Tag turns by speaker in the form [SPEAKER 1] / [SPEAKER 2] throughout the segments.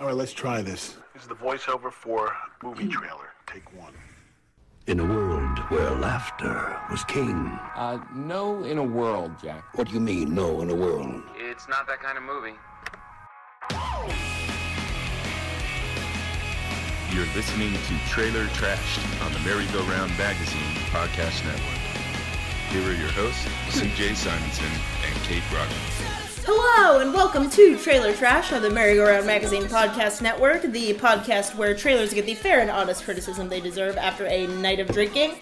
[SPEAKER 1] All right, let's try this.
[SPEAKER 2] This is the voiceover for movie trailer. Take one.
[SPEAKER 3] In a world where laughter was king.
[SPEAKER 4] Uh, no, in a world, Jack.
[SPEAKER 3] What do you mean, no, in a world?
[SPEAKER 5] It's not that kind of movie.
[SPEAKER 6] You're listening to Trailer Trashed on the Merry-Go-Round Magazine Podcast Network. Here are your hosts, CJ Simonson and Kate Brockman.
[SPEAKER 7] Hello and welcome to Trailer Trash on the Merry-Go-Round Magazine Podcast Network, the podcast where trailers get the fair and honest criticism they deserve after a night of drinking.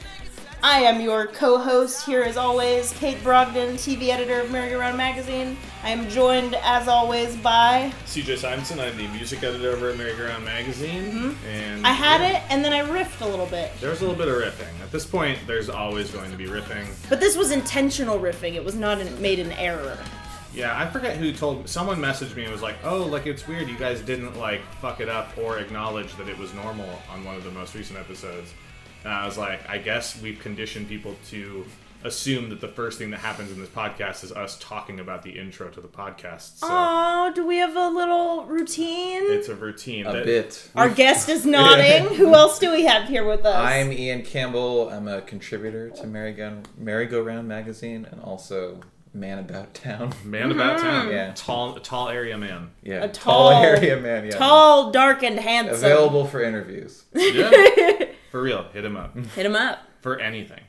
[SPEAKER 7] I am your co-host here as always, Kate Brogdon, TV editor of Merry-Go-Round Magazine. I am joined as always by
[SPEAKER 8] CJ Simonson. I'm the music editor over at Merry-Go-Round Magazine, and
[SPEAKER 7] Mm-hmm. I had
[SPEAKER 8] yeah,
[SPEAKER 7] it and then I riffed a little bit.
[SPEAKER 8] There's a little bit of riffing. At this point, there's always going to be riffing.
[SPEAKER 7] But this was intentional riffing. It was not an, made an error.
[SPEAKER 8] Yeah, I forget who told. Someone messaged me and was like, "Oh, like it's weird. You guys didn't like fuck it up or acknowledge that it was normal on one of the most recent episodes." And I was like, "I guess we've conditioned people to." Assume that the first thing that happens in this podcast is us talking about the intro to the podcast. So
[SPEAKER 7] Oh, do we have a little routine?
[SPEAKER 8] it's a routine.
[SPEAKER 9] A
[SPEAKER 8] that-
[SPEAKER 9] bit.
[SPEAKER 7] Our guest is nodding. Who else do we have here with us?
[SPEAKER 9] I'm Ian Campbell. I'm a contributor to Merry Go Merry Go Round magazine and also Man About Town.
[SPEAKER 8] Man about
[SPEAKER 7] Mm-hmm.
[SPEAKER 8] town.
[SPEAKER 9] Yeah.
[SPEAKER 8] Tall, tall area man.
[SPEAKER 9] Yeah,
[SPEAKER 7] A
[SPEAKER 9] tall,
[SPEAKER 7] tall-
[SPEAKER 9] area man. Yeah,
[SPEAKER 7] tall, dark, and handsome.
[SPEAKER 9] available for interviews.
[SPEAKER 8] Yeah. For real, hit him up
[SPEAKER 7] Hit him up.
[SPEAKER 8] for anything.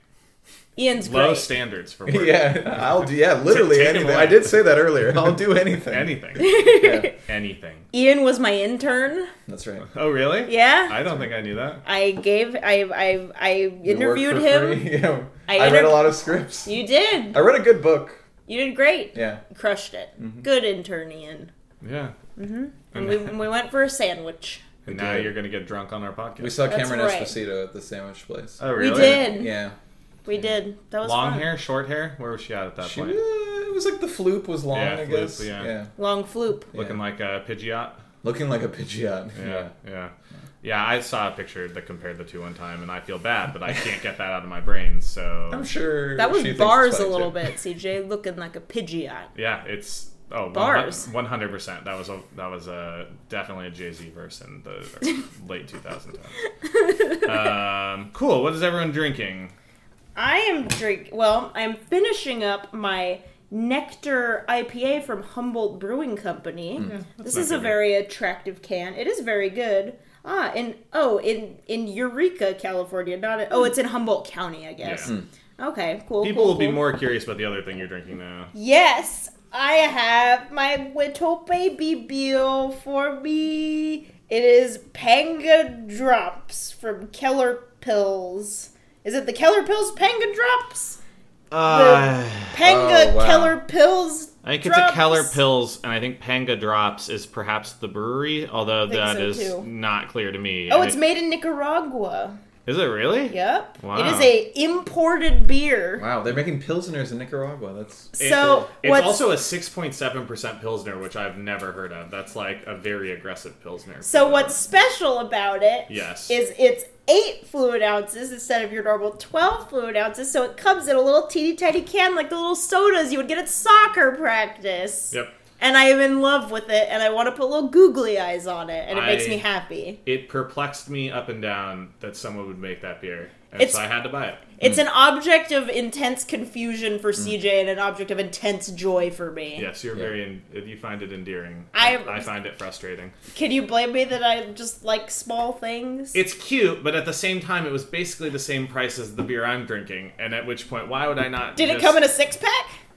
[SPEAKER 7] Ian's
[SPEAKER 8] Low
[SPEAKER 7] great.
[SPEAKER 8] standards for work.
[SPEAKER 9] yeah, I'll do. Yeah, literally
[SPEAKER 8] Take 'em
[SPEAKER 9] anything.
[SPEAKER 8] away.
[SPEAKER 9] I did say that earlier. I'll do anything.
[SPEAKER 8] Anything.
[SPEAKER 9] Yeah,
[SPEAKER 8] anything.
[SPEAKER 7] Ian was my intern.
[SPEAKER 9] that's right.
[SPEAKER 8] Oh, really?
[SPEAKER 7] Yeah.
[SPEAKER 8] I don't think I knew that.
[SPEAKER 7] I gave. I. I. I
[SPEAKER 9] You work
[SPEAKER 7] interviewed
[SPEAKER 9] for
[SPEAKER 7] him.
[SPEAKER 9] free. Yeah.
[SPEAKER 7] I
[SPEAKER 9] I,
[SPEAKER 7] inter-
[SPEAKER 9] read a lot of scripts.
[SPEAKER 7] You did.
[SPEAKER 9] I read a good book.
[SPEAKER 7] You did great.
[SPEAKER 9] Yeah,
[SPEAKER 7] Crushed it.
[SPEAKER 9] Mm-hmm.
[SPEAKER 7] Good intern, Ian.
[SPEAKER 8] Yeah.
[SPEAKER 7] And we, and we went for a sandwich.
[SPEAKER 8] And now
[SPEAKER 9] did.
[SPEAKER 8] you're going to get drunk on our podcast.
[SPEAKER 9] we saw
[SPEAKER 7] That's
[SPEAKER 9] Cameron
[SPEAKER 7] right.
[SPEAKER 9] Esposito at the sandwich place.
[SPEAKER 8] oh, really?
[SPEAKER 7] We did.
[SPEAKER 9] Yeah,
[SPEAKER 7] We did. That was
[SPEAKER 8] Long
[SPEAKER 7] fun.
[SPEAKER 8] hair, short hair? Where was she at at that
[SPEAKER 9] she.
[SPEAKER 8] point?
[SPEAKER 9] It was like the floop was long.
[SPEAKER 8] Yeah,
[SPEAKER 9] I
[SPEAKER 8] floop,
[SPEAKER 9] guess.
[SPEAKER 8] yeah.
[SPEAKER 9] yeah,
[SPEAKER 7] Long floop.
[SPEAKER 8] Looking like a Pidgeot?
[SPEAKER 9] looking like a Pidgeot.
[SPEAKER 8] Yeah, yeah. Yeah, I saw a picture that compared the two one time, and I feel bad, but I can't get that out of my brain, so.
[SPEAKER 9] I'm sure
[SPEAKER 7] That was
[SPEAKER 9] she thinks
[SPEAKER 7] bars
[SPEAKER 9] it's
[SPEAKER 7] a
[SPEAKER 9] funny,
[SPEAKER 7] little
[SPEAKER 9] too.
[SPEAKER 7] bit, CJ. Looking like a Pidgeot.
[SPEAKER 8] Yeah, it's oh
[SPEAKER 7] Bars.
[SPEAKER 8] One hundred percent. That was a that was a definitely a Jay Z verse in the late two thousand times. Um, cool. What is everyone drinking?
[SPEAKER 7] I am drink. Well, I'm finishing up my Nectar IPA from Humboldt Brewing Company. this
[SPEAKER 8] Hmm. not
[SPEAKER 7] is a
[SPEAKER 8] very-
[SPEAKER 7] very attractive can. It is very good. Ah, in oh, in in Eureka, California. Not in, oh, it's in Humboldt County, I guess.
[SPEAKER 8] Hmm. Yeah.
[SPEAKER 7] Okay, cool.
[SPEAKER 8] People
[SPEAKER 7] cool,
[SPEAKER 8] will be
[SPEAKER 7] cool.
[SPEAKER 8] more curious about the other thing you're drinking now.
[SPEAKER 7] Yes, I have my little baby bill for me. It is Panga Drops from Keller Pills. Is it the Keller Pills Panga Drops?
[SPEAKER 8] Uh,
[SPEAKER 7] Panga
[SPEAKER 9] Oh, wow.
[SPEAKER 7] Keller Pills.
[SPEAKER 8] I think it's
[SPEAKER 7] drops.
[SPEAKER 8] a Keller Pills, and I think Panga Drops is perhaps the brewery, although
[SPEAKER 7] think
[SPEAKER 8] that
[SPEAKER 7] so,
[SPEAKER 8] is
[SPEAKER 7] too.
[SPEAKER 8] not clear to me.
[SPEAKER 7] Oh,
[SPEAKER 8] I
[SPEAKER 7] it's
[SPEAKER 8] think-
[SPEAKER 7] made in Nicaragua.
[SPEAKER 8] Is it really?
[SPEAKER 7] Yep.
[SPEAKER 8] Wow.
[SPEAKER 7] It is a imported beer.
[SPEAKER 9] Wow, they're making pilsners in Nicaragua. That's
[SPEAKER 8] It-
[SPEAKER 7] So
[SPEAKER 8] it's
[SPEAKER 7] what's
[SPEAKER 8] also a 6.7% Pilsner, which I've never heard of. That's like a very aggressive Pilsner.
[SPEAKER 7] so what's special about it?
[SPEAKER 8] Yes.
[SPEAKER 7] Is it's eight fluid ounces instead of your normal twelve fluid ounces. So it comes in a little teeny tiny can, like the little sodas you would get at soccer practice.
[SPEAKER 8] Yep.
[SPEAKER 7] And I am in love with it, and I want to put little googly eyes on it, and it makes
[SPEAKER 8] I-
[SPEAKER 7] me happy.
[SPEAKER 8] it perplexed me up and down that someone would make that beer. And
[SPEAKER 7] It's-
[SPEAKER 8] so I had to buy it.
[SPEAKER 7] It's an object of intense confusion for
[SPEAKER 8] Hmm.
[SPEAKER 7] CJ and an object of intense joy for me.
[SPEAKER 8] Yes, you're very. En- you find it endearing.
[SPEAKER 7] I-
[SPEAKER 8] find it frustrating.
[SPEAKER 7] Can you blame me that I just like small things?
[SPEAKER 8] It's cute, but at the same time, it was basically the same price as the beer I'm drinking. And at which point, why would I not?
[SPEAKER 7] Did it come in a six pack?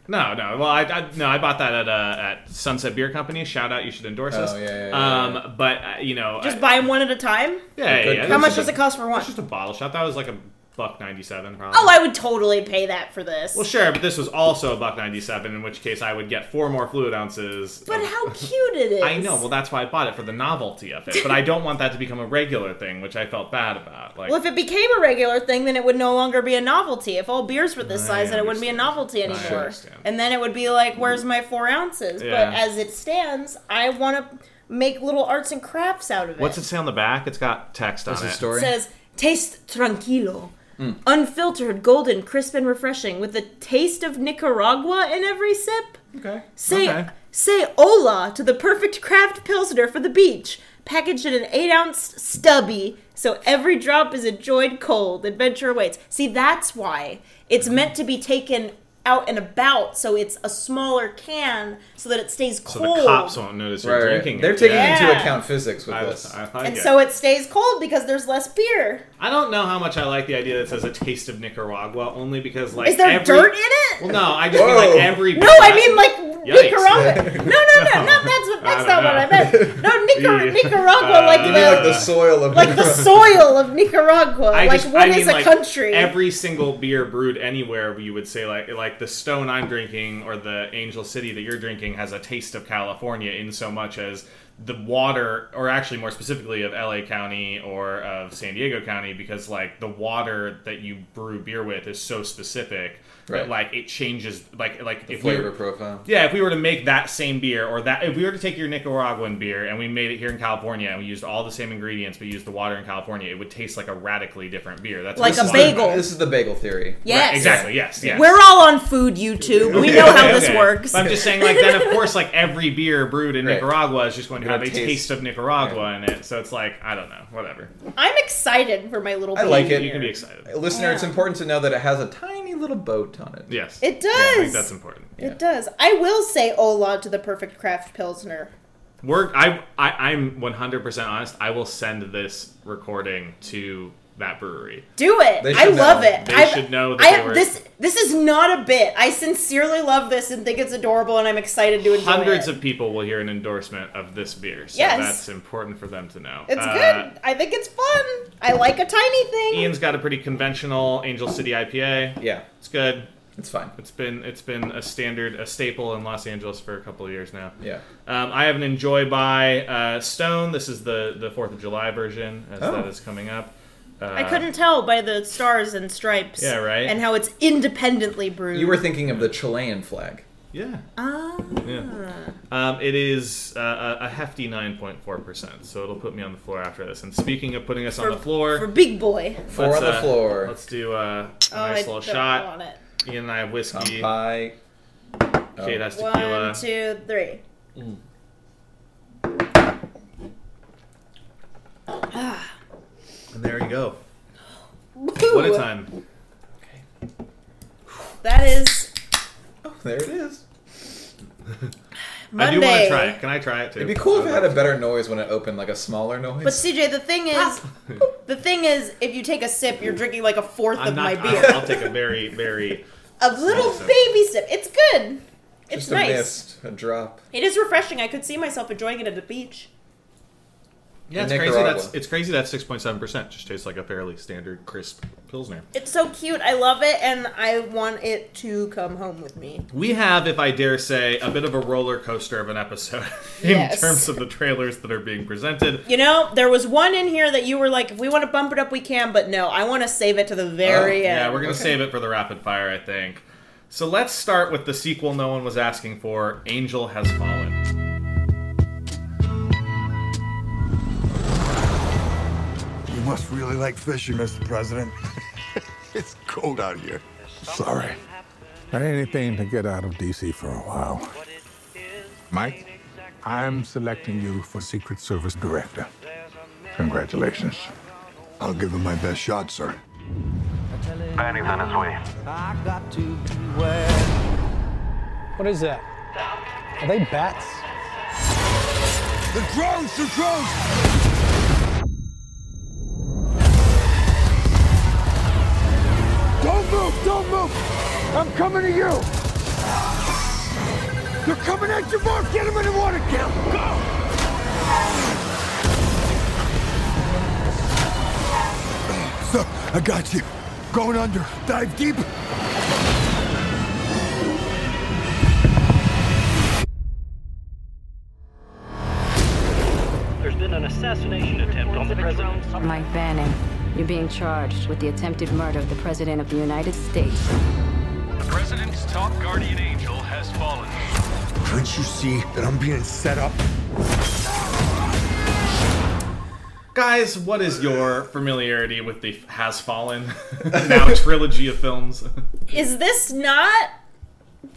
[SPEAKER 8] No, no. Well, I, I no, I bought that at uh, at Sunset Beer Company. Shout out, you should endorse
[SPEAKER 9] Oh,
[SPEAKER 8] us.
[SPEAKER 9] yeah, yeah, yeah,
[SPEAKER 8] um,
[SPEAKER 9] yeah.
[SPEAKER 8] But uh, you know,
[SPEAKER 7] Just
[SPEAKER 8] I-
[SPEAKER 7] buy them one at a time?
[SPEAKER 8] Yeah, yeah,
[SPEAKER 9] Good
[SPEAKER 8] yeah.
[SPEAKER 9] price.
[SPEAKER 7] How much
[SPEAKER 9] a-
[SPEAKER 7] does it cost for one?
[SPEAKER 8] Just a bottle shot. That was like a buck ninety-seven, probably.
[SPEAKER 7] Oh, I would totally pay that for this.
[SPEAKER 8] Well, sure, but this was also a buck ninety-seven. In which case, I would get four more fluid ounces.
[SPEAKER 7] but
[SPEAKER 8] of-
[SPEAKER 7] how cute it is.
[SPEAKER 8] I know. Well, that's why I bought it for the novelty of it. But I don't want that to become a regular thing, which I felt bad about. Like,
[SPEAKER 7] Well, if it became a regular thing, then it would no longer be a novelty. If all beers were this
[SPEAKER 8] I
[SPEAKER 7] size, then it wouldn't be a novelty
[SPEAKER 8] I
[SPEAKER 7] anymore.
[SPEAKER 8] understand.
[SPEAKER 7] And then it would be like, where's my four ounces?
[SPEAKER 8] Yeah.
[SPEAKER 7] But as it stands, I want to make little arts and crafts out of it.
[SPEAKER 8] what's it say on the back? It's got text on
[SPEAKER 9] that's
[SPEAKER 8] it.
[SPEAKER 9] a story.
[SPEAKER 7] says taste tranquilo
[SPEAKER 8] Mm.
[SPEAKER 7] unfiltered golden crisp and refreshing with the taste of nicaragua in every sip
[SPEAKER 8] Okay.
[SPEAKER 7] say
[SPEAKER 8] Okay.
[SPEAKER 7] say hola to the perfect craft pilsner for the beach packaged in an eight ounce stubby, so every drop is enjoyed cold. Adventure awaits. See, that's why it's
[SPEAKER 8] Mm-hmm.
[SPEAKER 7] meant to be taken out and about, so it's a smaller can so that it stays
[SPEAKER 8] So
[SPEAKER 7] cold.
[SPEAKER 8] the cops won't notice you're
[SPEAKER 9] Right, right.
[SPEAKER 8] drinking.
[SPEAKER 9] They're
[SPEAKER 8] it.
[SPEAKER 9] taking
[SPEAKER 7] Yeah.
[SPEAKER 9] into account physics with
[SPEAKER 8] I,
[SPEAKER 9] this.
[SPEAKER 8] I like
[SPEAKER 7] and
[SPEAKER 8] it.
[SPEAKER 7] so it stays cold because there's less beer.
[SPEAKER 8] I don't know how much I like the idea that says a taste of Nicaragua only because like
[SPEAKER 7] Is there
[SPEAKER 8] every-
[SPEAKER 7] dirt in it?
[SPEAKER 8] Well, no, I just mean
[SPEAKER 9] Whoa.
[SPEAKER 8] like every.
[SPEAKER 7] No, I mean like
[SPEAKER 8] Yikes.
[SPEAKER 7] Nicaragua. No, no, no, no. That's what. That's
[SPEAKER 8] I don't
[SPEAKER 7] not what
[SPEAKER 8] know.
[SPEAKER 7] I meant. No, Nicar-
[SPEAKER 8] Yeah.
[SPEAKER 7] Nicaragua, like
[SPEAKER 8] Uh,
[SPEAKER 7] the,
[SPEAKER 8] You
[SPEAKER 9] like the soil of
[SPEAKER 7] like the soil of Nicaragua.
[SPEAKER 8] I
[SPEAKER 7] like
[SPEAKER 8] just,
[SPEAKER 7] what
[SPEAKER 8] I
[SPEAKER 7] is
[SPEAKER 8] mean,
[SPEAKER 7] a
[SPEAKER 8] like,
[SPEAKER 7] country?
[SPEAKER 8] Every single beer brewed anywhere, you would say like like the Stone I'm drinking or the Angel City that you're drinking has a taste of California in so much as the water, or actually more specifically of LA County or of San Diego County, because like the water that you brew beer with is so specific
[SPEAKER 9] Right.
[SPEAKER 8] that like it changes like like if we
[SPEAKER 9] flavor
[SPEAKER 8] were-
[SPEAKER 9] profile.
[SPEAKER 8] Yeah, if we were to make that same beer or that if we were to take your Nicaraguan beer and we made it here in California and we used all the same ingredients but used the water in California, it would taste like a radically different beer. That's
[SPEAKER 7] Like
[SPEAKER 8] what
[SPEAKER 7] a
[SPEAKER 8] wine-
[SPEAKER 7] bagel.
[SPEAKER 9] This is the bagel theory.
[SPEAKER 7] yes,
[SPEAKER 8] Exactly. Yes. Yes.
[SPEAKER 7] We're all on food YouTube. We know how
[SPEAKER 8] Okay,
[SPEAKER 7] this
[SPEAKER 8] okay.
[SPEAKER 7] works.
[SPEAKER 8] But I'm just saying, like then of course, like every beer brewed in
[SPEAKER 9] Right.
[SPEAKER 8] Nicaragua is just going to
[SPEAKER 9] It'll
[SPEAKER 8] have a taste,
[SPEAKER 9] taste-
[SPEAKER 8] of Nicaragua in it. So it's like I don't know, whatever.
[SPEAKER 7] I'm excited for my little.
[SPEAKER 9] I like
[SPEAKER 7] baby
[SPEAKER 9] it.
[SPEAKER 8] You can be
[SPEAKER 7] here.
[SPEAKER 8] excited.
[SPEAKER 9] Listener, it's
[SPEAKER 7] Yeah.
[SPEAKER 9] important to know that it has a tiny little boat on it.
[SPEAKER 8] Yes.
[SPEAKER 7] It
[SPEAKER 8] Yeah, I think
[SPEAKER 7] does.
[SPEAKER 8] that's important.
[SPEAKER 7] It does. I will say hola to the perfect craft pilsner.
[SPEAKER 8] We're I, I I'm 100 percent honest. I will send this recording to that brewery.
[SPEAKER 7] Do it.
[SPEAKER 9] They
[SPEAKER 7] I
[SPEAKER 9] should
[SPEAKER 7] love
[SPEAKER 9] know.
[SPEAKER 7] it.
[SPEAKER 8] They
[SPEAKER 7] I,
[SPEAKER 8] should know that
[SPEAKER 7] I
[SPEAKER 8] they
[SPEAKER 7] have
[SPEAKER 8] were-
[SPEAKER 7] this. This is not a bit. I sincerely love this and think it's adorable, and I'm excited to enjoy
[SPEAKER 8] Hundreds
[SPEAKER 7] it.
[SPEAKER 8] of people will hear an endorsement of this beer, so
[SPEAKER 7] Oh, Yes.
[SPEAKER 8] that's important for them to know.
[SPEAKER 7] It's
[SPEAKER 8] Uh,
[SPEAKER 7] good. I think it's fun. I like a tiny thing.
[SPEAKER 8] Ian's got a pretty conventional Angel City IPA.
[SPEAKER 9] Yeah,
[SPEAKER 8] It's good.
[SPEAKER 9] it's fine.
[SPEAKER 8] It's been it's been a standard, a staple in Los Angeles for a couple of years now.
[SPEAKER 9] Yeah.
[SPEAKER 8] Um, I have an Enjoy by uh, Stone. This is the the Fourth of July version, as
[SPEAKER 9] Oh.
[SPEAKER 8] that is coming up. Uh,
[SPEAKER 7] I couldn't tell by the stars and stripes.
[SPEAKER 8] Yeah, right.
[SPEAKER 7] And how it's independently brewed.
[SPEAKER 9] You were thinking of the Chilean flag.
[SPEAKER 8] Yeah.
[SPEAKER 7] Ah.
[SPEAKER 8] Yeah. Um, it is uh, a a hefty 9.4%, so it'll put me on the floor after this. And speaking of putting us on the floor,
[SPEAKER 7] for big boy.
[SPEAKER 9] Four
[SPEAKER 8] let's,
[SPEAKER 9] on the
[SPEAKER 8] uh,
[SPEAKER 9] floor.
[SPEAKER 8] Let's do uh, a
[SPEAKER 7] Oh,
[SPEAKER 8] nice
[SPEAKER 7] I
[SPEAKER 8] little
[SPEAKER 7] don't
[SPEAKER 8] shot.
[SPEAKER 7] want it.
[SPEAKER 8] Ian and I have
[SPEAKER 9] Um,
[SPEAKER 8] whiskey.
[SPEAKER 9] Pie.
[SPEAKER 8] Kate has tequila.
[SPEAKER 7] One, two, three.
[SPEAKER 8] And there you go.
[SPEAKER 7] Woo!
[SPEAKER 8] What a time.
[SPEAKER 7] That is
[SPEAKER 9] Oh, There it is.
[SPEAKER 7] Monday.
[SPEAKER 8] I do want to try it. Can I try it too?
[SPEAKER 9] It'd be cool if it had a better noise when it opened, like a smaller noise.
[SPEAKER 7] But CJ, the thing is,
[SPEAKER 8] Ah.
[SPEAKER 7] the thing is, if you take a sip, you're drinking like a 4th
[SPEAKER 8] I'm
[SPEAKER 7] of
[SPEAKER 8] not,
[SPEAKER 7] my
[SPEAKER 8] I'll-
[SPEAKER 7] beer.
[SPEAKER 8] I'll, take a very, very.
[SPEAKER 7] a little
[SPEAKER 8] sip.
[SPEAKER 7] baby sip. It's good. It's
[SPEAKER 9] Just a
[SPEAKER 7] nice.
[SPEAKER 9] mist, a drop.
[SPEAKER 7] It is refreshing. I could see myself enjoying it at the beach.
[SPEAKER 8] Yeah,
[SPEAKER 9] In
[SPEAKER 8] it's crazy.
[SPEAKER 9] Nicaragua.
[SPEAKER 8] That's it's crazy. That's 6.7 percent. Just tastes like a fairly standard crisp pilsner.
[SPEAKER 7] It's so cute. I love it, and I want it to come home with me.
[SPEAKER 8] We have, if I dare say, a bit of a roller coaster of an episode in
[SPEAKER 7] Yes.
[SPEAKER 8] terms of the trailers that are being presented.
[SPEAKER 7] You know, there was one in here that you were like, if we want to bump it up, we can, but no, I want to save it to the very
[SPEAKER 9] Oh,
[SPEAKER 7] end.
[SPEAKER 8] Yeah, we're gonna save it for the rapid fire, I think. So let's start with the sequel no one was asking for. Angel has fallen.
[SPEAKER 1] You must really like fishing, Mr. President.
[SPEAKER 2] It's cold out here.
[SPEAKER 1] Sorry. I ain't anything to get out of DC for a while. Mike, I'm selecting you for Secret Service Director. Congratulations.
[SPEAKER 2] I'll give him my best shot, sir.
[SPEAKER 5] Banning's on his way.
[SPEAKER 10] What is that? Are they bats?
[SPEAKER 1] The drones! The drones! Don't move! Don't move! I'm coming to you! They're coming at you, Mark! Get him in the water, Cal! Go! Sir, I got you. Going under. Dive deep.
[SPEAKER 11] There's been an assassination attempt on the president.
[SPEAKER 12] Mike Banning, you're being charged with the attempted murder of the President of the United States.
[SPEAKER 5] The president's top guardian angel has fallen.
[SPEAKER 1] Couldn't you see that I'm being set up?
[SPEAKER 8] Guys, what is your familiarity with the Has Fallen now trilogy of films?
[SPEAKER 7] Is this not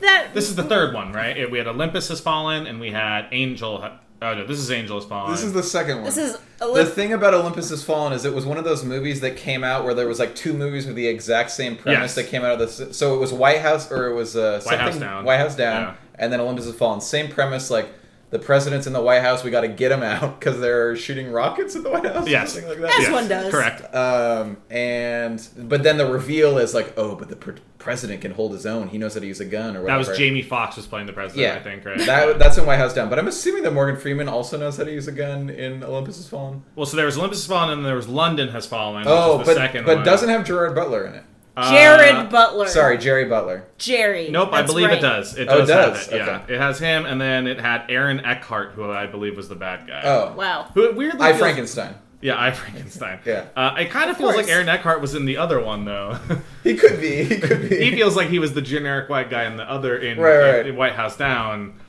[SPEAKER 7] that?
[SPEAKER 8] This is the third one, right? We had Olympus Has Fallen, and we had Angel Ha- Oh no, this is Angel Has Fallen.
[SPEAKER 9] This is the second one.
[SPEAKER 7] This is
[SPEAKER 9] the
[SPEAKER 7] Olymp-
[SPEAKER 9] thing about Olympus Has Fallen is it was one of those movies that came out where there was like two movies with the exact same
[SPEAKER 8] Yes.
[SPEAKER 9] premise that came out of this. So it was White House or it was uh, something,
[SPEAKER 8] House Down.
[SPEAKER 9] White House Down,
[SPEAKER 8] Yeah.
[SPEAKER 9] and then Olympus Has Fallen. Same premise, like the president's in the White House. We got to get him out because they're shooting rockets at the White House. or
[SPEAKER 8] Yes.
[SPEAKER 9] something like that.
[SPEAKER 7] As Yes. one does. Correct.
[SPEAKER 9] Um, and but then the reveal is like, oh, but the pre- president can hold his own. He knows how to use a gun or
[SPEAKER 8] That
[SPEAKER 9] whatever.
[SPEAKER 8] was Jamie Foxx was playing the president,
[SPEAKER 9] Yeah,
[SPEAKER 8] I think, right?
[SPEAKER 9] That, that's in White House Down. But I'm assuming that Morgan Freeman also knows how to use a gun in Olympus Has Fallen.
[SPEAKER 8] well, so there was Olympus Has Fallen and there was London Has Fallen. Which
[SPEAKER 9] Oh,
[SPEAKER 8] is the
[SPEAKER 9] but
[SPEAKER 8] second
[SPEAKER 9] but
[SPEAKER 8] one.
[SPEAKER 9] doesn't have Gerard Butler in it.
[SPEAKER 7] Jared Butler.
[SPEAKER 9] Sorry, Jerry Butler.
[SPEAKER 7] Jerry.
[SPEAKER 8] Uh, Nope, I
[SPEAKER 7] That's
[SPEAKER 8] believe
[SPEAKER 7] right.
[SPEAKER 8] it does. It
[SPEAKER 9] Oh, it
[SPEAKER 8] does, have
[SPEAKER 9] does.
[SPEAKER 8] it. Yeah, it has him, and then it had Aaron Eckhart, who I believe was the bad guy.
[SPEAKER 9] Oh.
[SPEAKER 7] Wow.
[SPEAKER 8] who weirdly
[SPEAKER 9] I
[SPEAKER 8] feels-
[SPEAKER 9] Frankenstein.
[SPEAKER 8] Yeah, I Frankenstein.
[SPEAKER 9] Yeah.
[SPEAKER 8] uh, it kind of feels
[SPEAKER 7] course.
[SPEAKER 8] like Aaron Eckhart was in the other one though.
[SPEAKER 9] He could be. He could be.
[SPEAKER 8] he feels like he was the generic white guy in the other in,
[SPEAKER 9] Right, right.
[SPEAKER 8] in White House Down.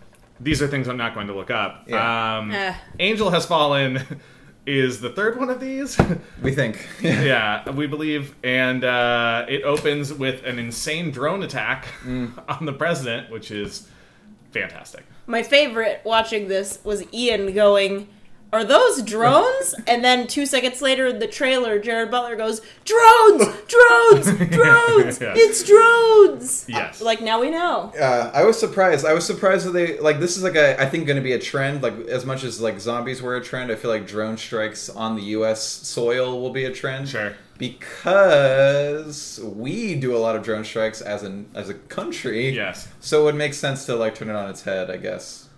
[SPEAKER 8] These are things I'm not going to look up.
[SPEAKER 9] Yeah.
[SPEAKER 8] Um,
[SPEAKER 7] Eh.
[SPEAKER 8] Angel Has Fallen is the third one of these.
[SPEAKER 9] we think.
[SPEAKER 8] yeah, we believe. And uh, it opens with an insane drone attack
[SPEAKER 9] Mm.
[SPEAKER 8] on the president, which is fantastic.
[SPEAKER 7] My favorite watching this was Ian going, Are those drones? and then two seconds later in the trailer, Jared Butler goes, Drones! Drones! Drones!
[SPEAKER 8] Yeah.
[SPEAKER 7] It's drones!
[SPEAKER 8] Yes.
[SPEAKER 7] Uh, like now we know.
[SPEAKER 9] Uh, I was surprised. I was surprised that they like this is like a I think going to be a trend. Like as much as like zombies were a trend, I feel like drone strikes on the U.S. soil will be a trend.
[SPEAKER 8] Sure.
[SPEAKER 9] Because we do a lot of drone strikes as an as a country.
[SPEAKER 8] Yes.
[SPEAKER 9] So it would make sense to like turn it on its head, I guess.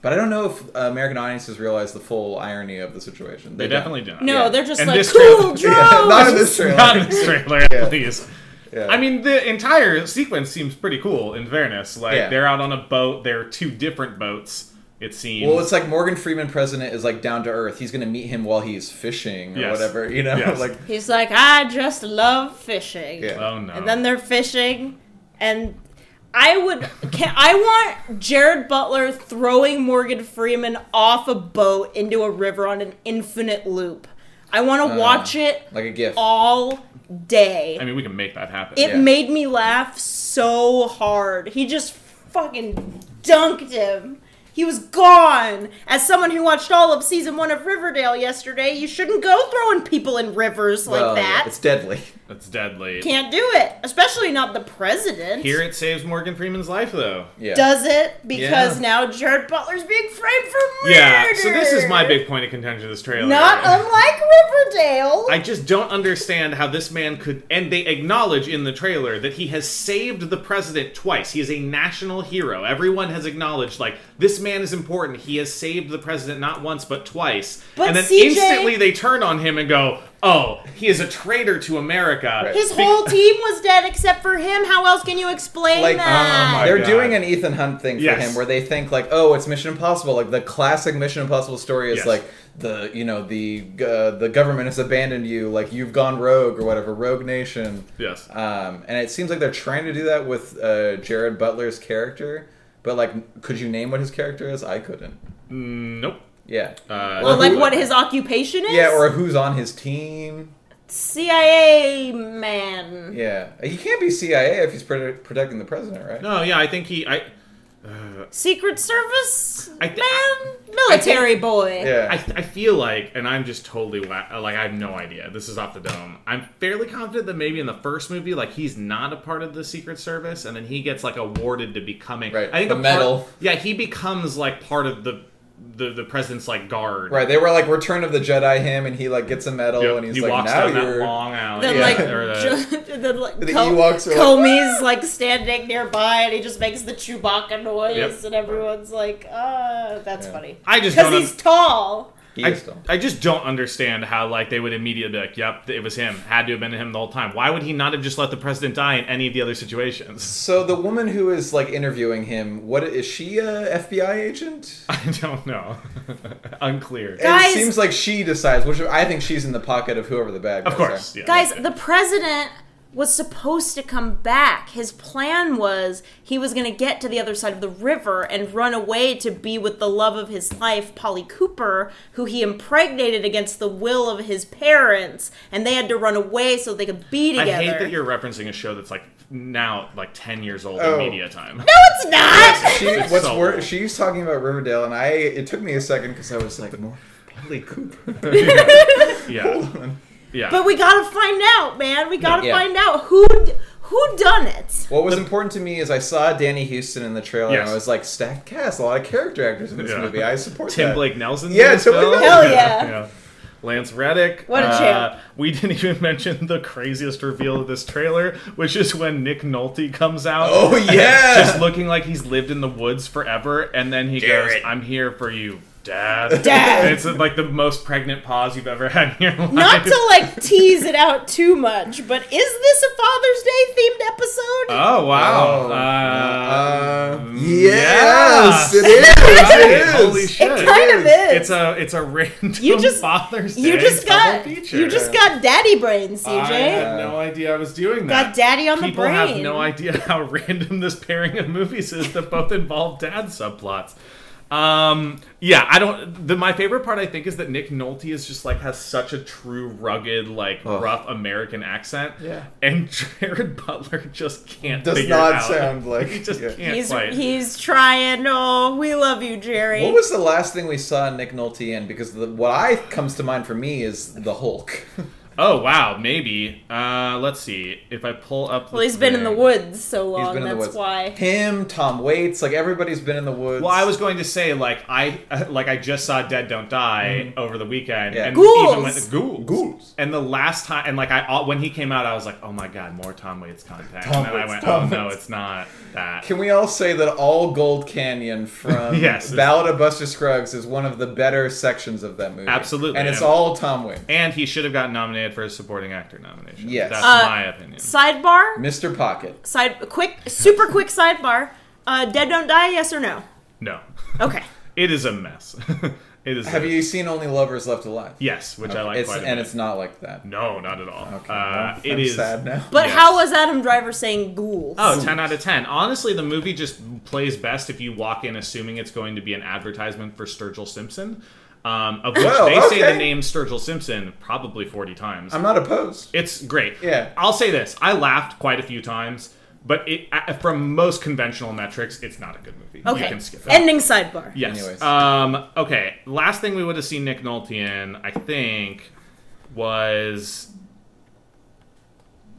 [SPEAKER 9] But I don't know if uh, American audiences realize the full irony of the situation.
[SPEAKER 8] They
[SPEAKER 9] don't.
[SPEAKER 8] definitely do not.
[SPEAKER 7] No,
[SPEAKER 9] Yeah.
[SPEAKER 7] they're just
[SPEAKER 8] And
[SPEAKER 7] like,
[SPEAKER 8] this trailer-
[SPEAKER 7] Cool drones!
[SPEAKER 9] Yeah, not in this trailer.
[SPEAKER 8] Not in this trailer,
[SPEAKER 9] Yeah.
[SPEAKER 8] at least.
[SPEAKER 9] Yeah.
[SPEAKER 8] I mean, the entire sequence seems pretty cool, in fairness. Like,
[SPEAKER 9] Yeah.
[SPEAKER 8] they're out on a boat. They're two different boats, it seems.
[SPEAKER 9] Well, it's like Morgan Freeman president is like down to earth. He's gonna meet him while he's fishing or
[SPEAKER 8] Yes.
[SPEAKER 9] whatever, you know?
[SPEAKER 8] Yes.
[SPEAKER 9] Like
[SPEAKER 7] He's like, I just love fishing.
[SPEAKER 9] Yeah.
[SPEAKER 8] oh, no.
[SPEAKER 7] And then they're fishing, and I would, can, I want Jared Butler throwing Morgan Freeman off a boat into a river on an infinite loop. I want
[SPEAKER 9] Uh,
[SPEAKER 7] to watch it
[SPEAKER 9] like a gift.
[SPEAKER 7] all day.
[SPEAKER 8] I mean, we can make that happen.
[SPEAKER 7] it
[SPEAKER 9] yeah.
[SPEAKER 7] made me laugh so hard. He just fucking dunked him. He was gone. As someone who watched all of season one of Riverdale yesterday, you shouldn't go throwing people in rivers like
[SPEAKER 9] Well, yeah,
[SPEAKER 7] that.
[SPEAKER 9] It's deadly.
[SPEAKER 8] That's deadly.
[SPEAKER 7] Can't do it, especially not the president.
[SPEAKER 8] Here it saves Morgan Freeman's life, though.
[SPEAKER 9] Yeah.
[SPEAKER 7] does it because
[SPEAKER 9] Yeah.
[SPEAKER 7] now Jared Butler's being framed for murder.
[SPEAKER 8] Yeah, so this is my big point of contention this trailer.
[SPEAKER 7] Not unlike Riverdale.
[SPEAKER 8] I just don't understand how this man could. And they acknowledge in the trailer that he has saved the president twice. He is a national hero. Everyone has acknowledged, like, this man is important. He has saved the president not once, but twice.
[SPEAKER 7] But
[SPEAKER 8] and then
[SPEAKER 7] CJ
[SPEAKER 8] instantly they turn on him and go, oh, he is a traitor to America.
[SPEAKER 7] His
[SPEAKER 8] Be-
[SPEAKER 7] whole team was dead except for him. How else can you explain
[SPEAKER 9] Like,
[SPEAKER 7] that?
[SPEAKER 8] oh my
[SPEAKER 9] They're
[SPEAKER 8] God.
[SPEAKER 9] doing an Ethan Hunt thing for
[SPEAKER 8] Yes.
[SPEAKER 9] him where they think like, oh, it's Mission Impossible. Like the classic Mission Impossible story is
[SPEAKER 8] Yes.
[SPEAKER 9] like the you know the uh, the government has abandoned you, like you've gone rogue or whatever, rogue nation.
[SPEAKER 8] Yes.
[SPEAKER 9] Um, and it seems like they're trying to do that with uh, Jared Butler's character, but like, could you name what his character is? I couldn't.
[SPEAKER 8] Nope.
[SPEAKER 9] Yeah.
[SPEAKER 8] Uh,
[SPEAKER 7] Or like what his occupation is?
[SPEAKER 9] yeah, or who's on his team?
[SPEAKER 7] CIA man.
[SPEAKER 9] Yeah, he can't be CIA if he's prote- protecting the president, right?
[SPEAKER 8] No, Oh, yeah, I think he. I,
[SPEAKER 7] Secret Service
[SPEAKER 8] I thi-
[SPEAKER 7] man? Military boy.
[SPEAKER 9] Yeah.
[SPEAKER 8] I, I feel like, and I'm just totally wa- like I have no idea. This is off the dome. I'm fairly confident that maybe in the first movie, like he's not a part of the Secret Service, and then he gets like awarded to becoming.
[SPEAKER 9] Right,
[SPEAKER 8] I think
[SPEAKER 9] the
[SPEAKER 8] a
[SPEAKER 9] medal.
[SPEAKER 8] Part, yeah, he becomes like part of the the, the president's like guard.
[SPEAKER 9] Right, they were like Return of the Jedi him, and he like gets a medal,
[SPEAKER 8] Yep,
[SPEAKER 9] and he's
[SPEAKER 8] he
[SPEAKER 9] like,
[SPEAKER 8] walks
[SPEAKER 9] now
[SPEAKER 8] down
[SPEAKER 9] you're
[SPEAKER 8] that long alley.
[SPEAKER 7] Then
[SPEAKER 8] yeah,
[SPEAKER 7] like,
[SPEAKER 8] or the-
[SPEAKER 7] ju- then, like
[SPEAKER 9] The
[SPEAKER 7] Co-
[SPEAKER 9] Ewoks are like, "Ah!"
[SPEAKER 7] Comey's like standing nearby and he just makes the Chewbacca noise
[SPEAKER 8] Yep.
[SPEAKER 7] and everyone's like, uh, that's funny.
[SPEAKER 8] I just
[SPEAKER 7] because
[SPEAKER 8] don't
[SPEAKER 7] he's tall.
[SPEAKER 9] He
[SPEAKER 8] I,
[SPEAKER 9] is dumb.
[SPEAKER 8] I just don't understand how like they would immediately be like, "Yep, it was him. Had to have been him the whole time." Why would he not have just let the president die in any of the other situations?
[SPEAKER 9] So the woman who is like interviewing him, what is she a FBI agent?
[SPEAKER 8] I don't know. Unclear.
[SPEAKER 7] Guys-
[SPEAKER 9] it seems like she decides, which I think she's in the pocket of whoever the bad guys
[SPEAKER 8] Of course,
[SPEAKER 9] are.
[SPEAKER 8] yeah.
[SPEAKER 7] Guys, the president was supposed to come back. His plan was he was going to get to the other side of the river and run away to be with the love of his life, Polly Cooper, who he impregnated against the will of his parents, and they had to run away so they could be
[SPEAKER 8] I
[SPEAKER 7] together.
[SPEAKER 8] hate that you're referencing a show that's like now like ten years old
[SPEAKER 9] Oh.
[SPEAKER 8] in media time.
[SPEAKER 7] No, it's not.
[SPEAKER 9] She, what's
[SPEAKER 8] So-
[SPEAKER 9] wor- she's talking about Riverdale, and I it took me a second because I was like, more Bradley Cooper.
[SPEAKER 8] Yeah, yeah.
[SPEAKER 7] But we gotta find out, man. We gotta
[SPEAKER 9] Yeah.
[SPEAKER 7] find out who d- who done it.
[SPEAKER 9] What was important to me is I saw Danny Houston in the trailer, and
[SPEAKER 8] Yes.
[SPEAKER 9] I was like, stacked cast, a lot of character actors in this
[SPEAKER 8] Yeah.
[SPEAKER 9] movie. I support
[SPEAKER 8] Tim
[SPEAKER 9] that.
[SPEAKER 8] Blake Nelson.
[SPEAKER 9] Yeah, Tim Blake
[SPEAKER 8] Oh,
[SPEAKER 9] Nelson. Hell
[SPEAKER 7] yeah.
[SPEAKER 8] Lance Reddick.
[SPEAKER 7] What a
[SPEAKER 8] Uh,
[SPEAKER 7] champ.
[SPEAKER 8] we didn't even mention the craziest reveal of this trailer, which is when Nick Nolte comes out.
[SPEAKER 9] Oh, yeah.
[SPEAKER 8] just looking like he's lived in the woods forever, and then he goes, "I'm here for you, Dad."
[SPEAKER 7] Dad.
[SPEAKER 8] And it's like the most pregnant pause you've ever had in your life.
[SPEAKER 7] Not to like tease it out too much, but is this a Father's Day themed episode?
[SPEAKER 8] Oh wow!
[SPEAKER 9] Oh.
[SPEAKER 8] Uh,
[SPEAKER 9] Uh, yes,
[SPEAKER 8] Mm, yeah.
[SPEAKER 9] it is, it
[SPEAKER 8] Right,
[SPEAKER 9] is.
[SPEAKER 8] Holy shit!
[SPEAKER 7] it kind of is.
[SPEAKER 8] It's a it's a random
[SPEAKER 7] You just-
[SPEAKER 8] Father's Day
[SPEAKER 7] you just
[SPEAKER 8] double
[SPEAKER 7] got
[SPEAKER 8] feature.
[SPEAKER 7] you just got daddy brains,
[SPEAKER 8] I
[SPEAKER 7] CJ.
[SPEAKER 8] had no idea I was doing that.
[SPEAKER 7] Got daddy on the
[SPEAKER 8] People
[SPEAKER 7] brain.
[SPEAKER 8] have no idea how random this pairing of movies is that both involve dad subplots. Um, yeah, I don't. The, my favorite part, I think, is that Nick Nolte is just like has such a true rugged, like
[SPEAKER 9] Ugh.
[SPEAKER 8] rough American accent.
[SPEAKER 9] Yeah.
[SPEAKER 8] and Jared Butler just can't.
[SPEAKER 9] Does
[SPEAKER 8] figure it
[SPEAKER 9] not
[SPEAKER 8] out.
[SPEAKER 9] sound like-
[SPEAKER 8] he just
[SPEAKER 9] yeah.
[SPEAKER 8] can't
[SPEAKER 7] He's
[SPEAKER 8] quite.
[SPEAKER 7] he's trying. Oh, we love you, Jerry.
[SPEAKER 9] What was the last thing we saw Nick Nolte in? Because the, what I comes to mind for me is the Hulk.
[SPEAKER 8] Oh wow, maybe. Uh, let's see if I pull up.
[SPEAKER 7] well, he's been in the woods so
[SPEAKER 9] He's
[SPEAKER 7] long.
[SPEAKER 9] been in the
[SPEAKER 7] That's
[SPEAKER 9] woods.
[SPEAKER 7] why.
[SPEAKER 9] Him, Tom Waits, like everybody's been in the woods.
[SPEAKER 8] Well, I was going to say like I like I just saw Dead Don't Die over the weekend.
[SPEAKER 9] Mm-hmm. Yeah.
[SPEAKER 8] And
[SPEAKER 7] Ghouls!
[SPEAKER 8] Even when, ghouls.
[SPEAKER 9] Ghouls.
[SPEAKER 8] And the last time, and like I when he came out, I was like, oh my god, more Tom Waits content. and
[SPEAKER 9] Tom
[SPEAKER 8] then I
[SPEAKER 9] Waits,
[SPEAKER 8] went,
[SPEAKER 9] Tom
[SPEAKER 8] oh no,
[SPEAKER 9] Waits.
[SPEAKER 8] it's not that.
[SPEAKER 9] Can we all say that all Gold Canyon from
[SPEAKER 8] Yes.
[SPEAKER 9] Ballad of Buster Scruggs is one of the better sections of that movie?
[SPEAKER 8] Absolutely.
[SPEAKER 9] And it's all Tom Waits.
[SPEAKER 8] and he should have gotten nominated for a supporting actor nomination.
[SPEAKER 9] Yes.
[SPEAKER 8] that's
[SPEAKER 7] Uh,
[SPEAKER 8] my opinion.
[SPEAKER 7] Sidebar.
[SPEAKER 9] Mr. Pocket.
[SPEAKER 7] Side quick, super quick sidebar. Uh, Dead don't die. Yes or no?
[SPEAKER 8] No,
[SPEAKER 7] Okay.
[SPEAKER 8] it is a mess. it is. a
[SPEAKER 9] Have
[SPEAKER 8] mess.
[SPEAKER 9] you seen Only Lovers Left Alive?
[SPEAKER 8] Yes, which I like
[SPEAKER 9] It's,
[SPEAKER 8] quite a
[SPEAKER 9] and
[SPEAKER 8] bit.
[SPEAKER 9] it's not like that.
[SPEAKER 8] No, not at all.
[SPEAKER 9] Okay,
[SPEAKER 8] uh,
[SPEAKER 9] well,
[SPEAKER 8] it
[SPEAKER 9] I'm
[SPEAKER 8] is-
[SPEAKER 9] sad now.
[SPEAKER 7] But
[SPEAKER 8] Yes.
[SPEAKER 7] how was Adam Driver saying ghouls?
[SPEAKER 8] Oh, 10 out of 10. Honestly, the movie just plays best if you walk in assuming it's going to be an advertisement for Sturgill Simpson, um, of which
[SPEAKER 9] Well,
[SPEAKER 8] they say
[SPEAKER 9] okay.
[SPEAKER 8] the name Sturgill Simpson probably 40 times.
[SPEAKER 9] I'm not opposed.
[SPEAKER 8] it's great.
[SPEAKER 9] Yeah.
[SPEAKER 8] I'll say this I laughed quite a few times, but it, I- from most conventional metrics, it's not a good movie. You
[SPEAKER 7] okay.
[SPEAKER 8] can skip it.
[SPEAKER 7] Ending sidebar.
[SPEAKER 8] Yes.
[SPEAKER 9] Anyways.
[SPEAKER 8] Um, okay. Last thing we would have seen Nick Nolte in, I think, was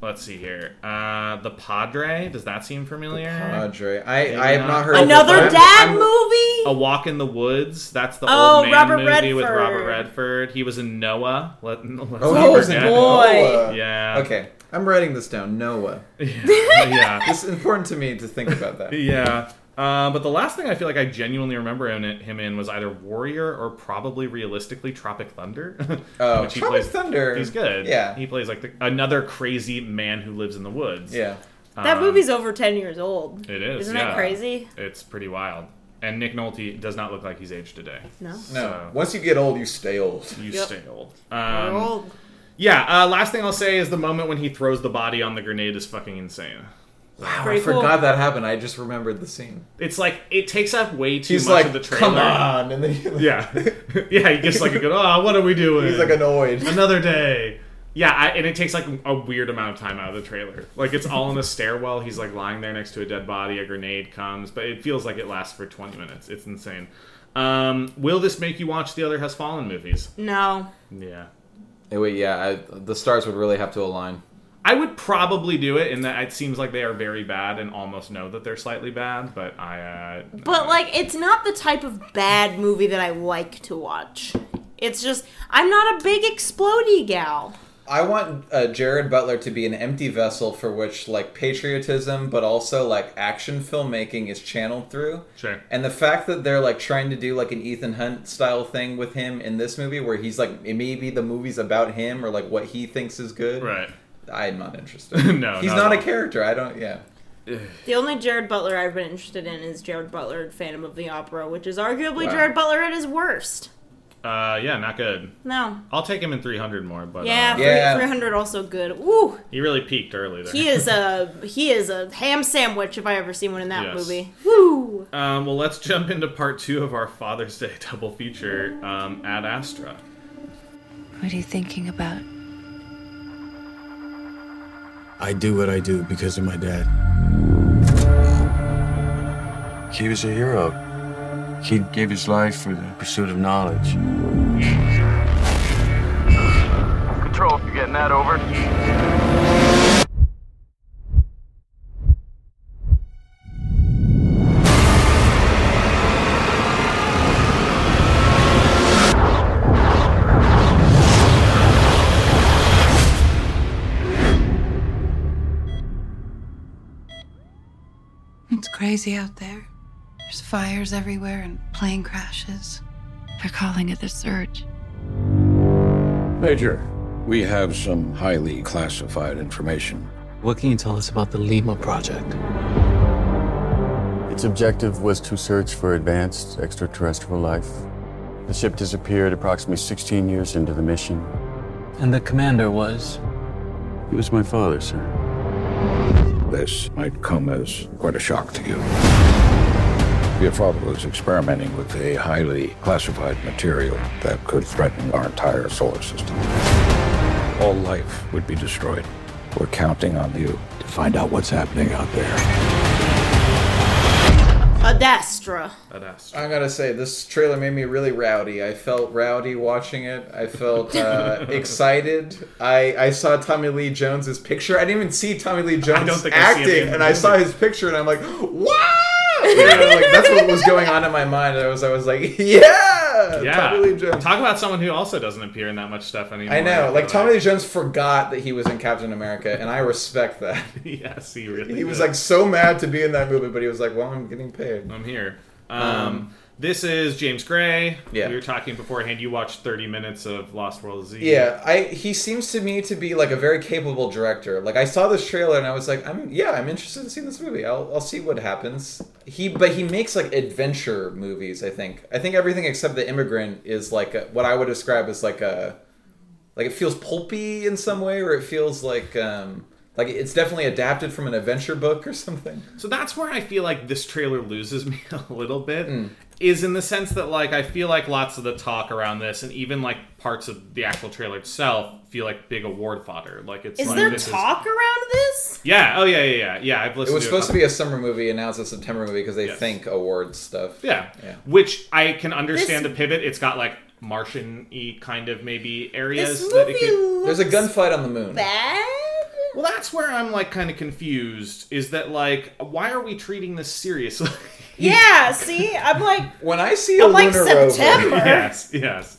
[SPEAKER 8] let's see here. Uh, the Padre. Does that seem familiar?
[SPEAKER 9] Andre, I, I have not heard of it,
[SPEAKER 7] Another
[SPEAKER 9] but I'm-
[SPEAKER 7] dad
[SPEAKER 9] I'm-
[SPEAKER 7] movie.
[SPEAKER 8] A Walk in the Woods. That's the
[SPEAKER 7] Oh,
[SPEAKER 8] old man
[SPEAKER 7] Robert
[SPEAKER 8] movie with
[SPEAKER 7] Redford.
[SPEAKER 8] Robert Redford. He was in Noah. Let, let's
[SPEAKER 9] Oh,
[SPEAKER 8] not
[SPEAKER 9] he was in
[SPEAKER 8] forget.
[SPEAKER 7] boy.
[SPEAKER 9] Noah.
[SPEAKER 8] Yeah.
[SPEAKER 9] Okay, I'm writing this down. Noah.
[SPEAKER 8] yeah.
[SPEAKER 9] It's important to me to think about that.
[SPEAKER 8] Yeah. Uh, but the last thing I feel like I genuinely remember in it, him in was either Warrior or probably realistically Tropic Thunder.
[SPEAKER 9] Oh,
[SPEAKER 8] which he
[SPEAKER 9] Tropic
[SPEAKER 8] plays-
[SPEAKER 9] Thunder.
[SPEAKER 8] He's good.
[SPEAKER 9] Yeah.
[SPEAKER 8] He plays like the, another crazy man who lives in the woods.
[SPEAKER 9] Yeah.
[SPEAKER 7] that
[SPEAKER 8] Um,
[SPEAKER 7] movie's over ten years old.
[SPEAKER 8] It is.
[SPEAKER 7] Isn't
[SPEAKER 8] yeah.
[SPEAKER 7] that crazy?
[SPEAKER 8] It's pretty wild. And Nick Nolte does not look like he's aged a day.
[SPEAKER 7] No.
[SPEAKER 9] No.
[SPEAKER 8] So-
[SPEAKER 9] Once you get old, you stay old.
[SPEAKER 8] You
[SPEAKER 7] Yep.
[SPEAKER 8] stay old.
[SPEAKER 7] We're
[SPEAKER 8] Um,
[SPEAKER 7] old.
[SPEAKER 8] yeah. Uh, last thing I'll say is the moment when he throws the body on the grenade is fucking insane.
[SPEAKER 9] I
[SPEAKER 7] Pretty cool.
[SPEAKER 9] forgot that happened. I just remembered the scene.
[SPEAKER 8] It's like it takes up way too
[SPEAKER 9] He's
[SPEAKER 8] much
[SPEAKER 9] like,
[SPEAKER 8] of the trailer.
[SPEAKER 9] come on, and then he, like,
[SPEAKER 8] Yeah. yeah. He gets like a good. Oh, what are we doing?
[SPEAKER 9] he's like annoyed.
[SPEAKER 8] another day. Yeah, I, and it takes like a weird amount of time out of the trailer. Like it's all in a stairwell. He's like lying there next to a dead body. A grenade comes, but it feels like it lasts for twenty minutes. It's insane. Um, will this make you watch the other Has Fallen movies?
[SPEAKER 7] No.
[SPEAKER 8] Yeah,
[SPEAKER 9] Hey, wait, yeah, I, the stars would really have to align.
[SPEAKER 8] I would probably do it. In that it seems like they are very bad and almost know that they're slightly bad. But I, uh,
[SPEAKER 7] But like, it's not the type of bad movie that I like to watch. It's just I'm not a big explodey gal.
[SPEAKER 9] I want uh, Jared Butler to be an empty vessel for which, like, patriotism, but also like action filmmaking is channeled through.
[SPEAKER 8] Sure.
[SPEAKER 9] And the fact that they're like trying to do like an Ethan Hunt style thing with him in this movie, where he's like, it maybe the movie's about him or like what he thinks is good.
[SPEAKER 8] right.
[SPEAKER 9] I'm not interested.
[SPEAKER 8] No,
[SPEAKER 9] he's
[SPEAKER 8] not
[SPEAKER 9] not
[SPEAKER 8] at
[SPEAKER 9] a
[SPEAKER 8] all.
[SPEAKER 9] character. I don't. Yeah.
[SPEAKER 7] The only Jared Butler I've been interested in is Jared Butler in Phantom of the Opera, which is arguably
[SPEAKER 9] Wow.
[SPEAKER 7] Jared Butler at his worst.
[SPEAKER 8] Uh, yeah, not good.
[SPEAKER 7] No.
[SPEAKER 8] I'll take him in three hundred more. But
[SPEAKER 7] Yeah,
[SPEAKER 8] uh,
[SPEAKER 7] three-
[SPEAKER 9] Yeah.
[SPEAKER 7] 300 also good. Woo!
[SPEAKER 8] he really peaked early there.
[SPEAKER 7] He is a he is a ham sandwich if I ever seen one in that
[SPEAKER 8] Yes.
[SPEAKER 7] movie. Woo!
[SPEAKER 8] Um, well, let's jump into part two of our Father's Day double feature um, at Astra.
[SPEAKER 13] What are you thinking about? I do what I do because of my dad.
[SPEAKER 14] He was a hero. He gave his life for the pursuit of knowledge.
[SPEAKER 5] Control, you getting that over?
[SPEAKER 15] It's crazy out there. There's fires everywhere and plane crashes. They're calling it the surge.
[SPEAKER 3] Major, we have some highly classified information.
[SPEAKER 16] What can you tell us about the Lima project?
[SPEAKER 17] Its objective was to search for advanced extraterrestrial life. The ship disappeared approximately 16 years into the mission.
[SPEAKER 16] And the commander was?
[SPEAKER 17] He was my father, sir.
[SPEAKER 3] This might come as quite a shock to you. Your father was experimenting with a highly classified material that could threaten our entire solar system. All life would be destroyed. We're counting on you to find out what's happening out there.
[SPEAKER 7] Adastra.
[SPEAKER 9] I gotta say, this trailer made me really rowdy. I felt rowdy watching it. I felt uh, excited. I I saw Tommy Lee Jones's picture. I didn't even see Tommy Lee Jones
[SPEAKER 8] think I see him in
[SPEAKER 9] acting,
[SPEAKER 8] the
[SPEAKER 9] and I
[SPEAKER 8] movie.
[SPEAKER 9] saw his picture, and I'm like, wow! You know, like, that's what was going on in my mind. I was I was like, yeah,
[SPEAKER 8] Yeah.
[SPEAKER 9] Tommy Lee Jones.
[SPEAKER 8] Talk about someone who also doesn't appear in that much stuff anymore.
[SPEAKER 9] I know, like Tommy Lee Jones forgot that he was in Captain America, and I respect that.
[SPEAKER 8] yes, he really.
[SPEAKER 9] He was
[SPEAKER 8] did.
[SPEAKER 9] like so mad to be in that movie, but he was like, "Well, I'm getting paid.
[SPEAKER 8] I'm here." Um,
[SPEAKER 9] Um,
[SPEAKER 8] this is James Gray.
[SPEAKER 9] Yeah.
[SPEAKER 8] We were talking beforehand. You watched 30 minutes of Lost World Z.
[SPEAKER 9] Yeah, I he seems to me to be like a very capable director. Like I saw this trailer and I was like, I'm yeah, I'm interested in seeing this movie. I'll I'll see what happens. He but he makes like adventure movies. I think I think everything except The Immigrant is like a, what I would describe as like a like it feels pulpy in some way, or it feels like um like it's definitely adapted from an adventure book or something.
[SPEAKER 8] So that's where I feel like this trailer loses me a little bit.
[SPEAKER 9] Hmm.
[SPEAKER 8] Is in the sense that like I feel like lots of the talk around this and even like parts of the actual trailer itself feel like big award fodder. Like it's
[SPEAKER 7] Is
[SPEAKER 8] like
[SPEAKER 7] there
[SPEAKER 8] this is-
[SPEAKER 7] talk around this?
[SPEAKER 8] Yeah. Oh yeah. Yeah. Yeah. Yeah. I've
[SPEAKER 9] It
[SPEAKER 8] listened.
[SPEAKER 9] was
[SPEAKER 8] to
[SPEAKER 9] supposed to
[SPEAKER 8] couple-
[SPEAKER 9] be a summer movie, and now it's a September movie because they think awards stuff.
[SPEAKER 8] Yeah.
[SPEAKER 9] yeah.
[SPEAKER 8] Which I can understand
[SPEAKER 9] This-
[SPEAKER 8] the pivot. It's got like Martian y kind of maybe areas
[SPEAKER 7] This
[SPEAKER 8] that it
[SPEAKER 7] movie
[SPEAKER 8] could...
[SPEAKER 9] There's a gunfight on the moon.
[SPEAKER 7] Bad?
[SPEAKER 8] Well, that's where I'm like kind of confused is that like why are we treating this seriously?
[SPEAKER 7] Yeah, see? I'm like,
[SPEAKER 9] When I see a
[SPEAKER 7] I'm like
[SPEAKER 9] lunar rover,
[SPEAKER 7] September.
[SPEAKER 8] yes, yes.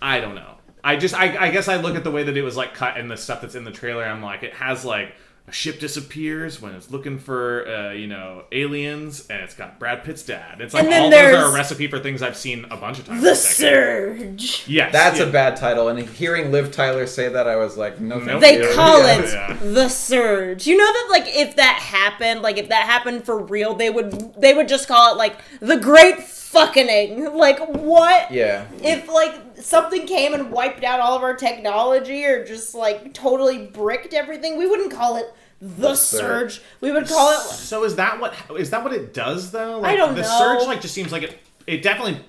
[SPEAKER 8] I don't know. I just I, I guess I look at the way that it was like cut and the stuff that's in the trailer. I'm like it has like a ship disappears when it's looking for uh, you know aliens and it's got Brad Pitt's dad. It's like
[SPEAKER 7] And then
[SPEAKER 8] all those are
[SPEAKER 7] there's
[SPEAKER 8] a recipe for things I've seen a bunch of times.
[SPEAKER 7] The
[SPEAKER 8] this decade.
[SPEAKER 7] Surge.
[SPEAKER 8] Yes,
[SPEAKER 9] That's
[SPEAKER 8] yeah.
[SPEAKER 9] a bad title. And hearing Liv Tyler say that, I was like, no, thank
[SPEAKER 7] They
[SPEAKER 9] you.
[SPEAKER 7] call
[SPEAKER 9] Yeah.
[SPEAKER 7] it the surge. You know that like if that happened, like if that happened for real, they would they would just call it like the great fucking. Like what?
[SPEAKER 9] Yeah.
[SPEAKER 7] If like something came and wiped out all of our technology or just like totally bricked everything, we wouldn't call it the,
[SPEAKER 8] The
[SPEAKER 7] surge.
[SPEAKER 8] Surge.
[SPEAKER 7] We would call it
[SPEAKER 8] So is that what is that what it does though?
[SPEAKER 7] I don't
[SPEAKER 8] the
[SPEAKER 7] know.
[SPEAKER 8] surge like just seems like it. It definitely.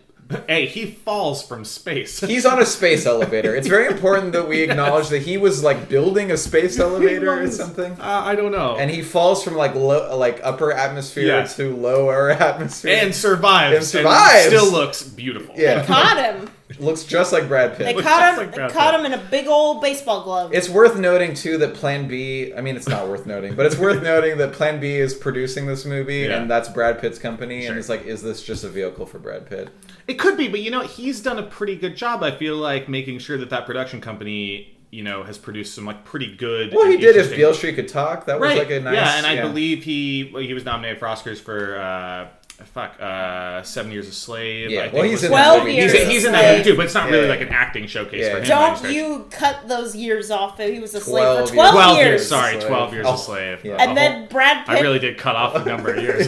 [SPEAKER 8] Hey, he falls from space.
[SPEAKER 9] He's on a space elevator. It's very important that we acknowledge that he was like building a space elevator or
[SPEAKER 8] was.
[SPEAKER 9] something.
[SPEAKER 8] Uh, I don't know.
[SPEAKER 9] And he falls from like low, like upper atmosphere
[SPEAKER 8] Yeah.
[SPEAKER 9] to lower atmosphere,
[SPEAKER 8] and survives.
[SPEAKER 9] And survives.
[SPEAKER 8] still looks beautiful.
[SPEAKER 9] Yeah.
[SPEAKER 7] caught him.
[SPEAKER 9] looks just like Brad Pitt.
[SPEAKER 7] They caught him. they caught him in a big old baseball glove.
[SPEAKER 9] It's worth noting too that Plan B. I mean, it's not worth noting, but it's worth noting that Plan B is producing this movie,
[SPEAKER 8] Yeah.
[SPEAKER 9] and that's Brad Pitt's company. And it's like, is this just a vehicle for Brad Pitt?
[SPEAKER 8] It could be, but you know, he's done a pretty good job. I feel like making sure that that production company, you know, has produced some like pretty good.
[SPEAKER 9] Well, he
[SPEAKER 8] and
[SPEAKER 9] did if
[SPEAKER 8] interesting-
[SPEAKER 9] Beale Street could talk. That was
[SPEAKER 8] Right.
[SPEAKER 9] like a nice.
[SPEAKER 8] yeah, and I believe he well, he was nominated for Oscars for. uh Fuck, uh, Seven Years a Slave.
[SPEAKER 9] Yeah,
[SPEAKER 8] I think
[SPEAKER 9] well, he's
[SPEAKER 8] was-
[SPEAKER 9] in that Twelve movie,
[SPEAKER 8] He's,
[SPEAKER 9] Years
[SPEAKER 8] in- he's
[SPEAKER 9] a
[SPEAKER 8] in that movie
[SPEAKER 9] Slave.
[SPEAKER 8] too, but it's not
[SPEAKER 9] Yeah,
[SPEAKER 8] really
[SPEAKER 9] yeah.
[SPEAKER 8] like an acting showcase
[SPEAKER 9] Yeah.
[SPEAKER 8] for him. by any
[SPEAKER 7] Don't
[SPEAKER 8] stretch.
[SPEAKER 7] you cut those years off that he was a slave
[SPEAKER 9] 12
[SPEAKER 7] for twelve,
[SPEAKER 8] Twelve years.
[SPEAKER 7] years.
[SPEAKER 8] Sorry, twelve years
[SPEAKER 9] Oh,
[SPEAKER 8] a slave.
[SPEAKER 9] yeah.
[SPEAKER 7] And
[SPEAKER 8] Uh,
[SPEAKER 7] then Brad Pitt.
[SPEAKER 8] I really did cut off the number of years.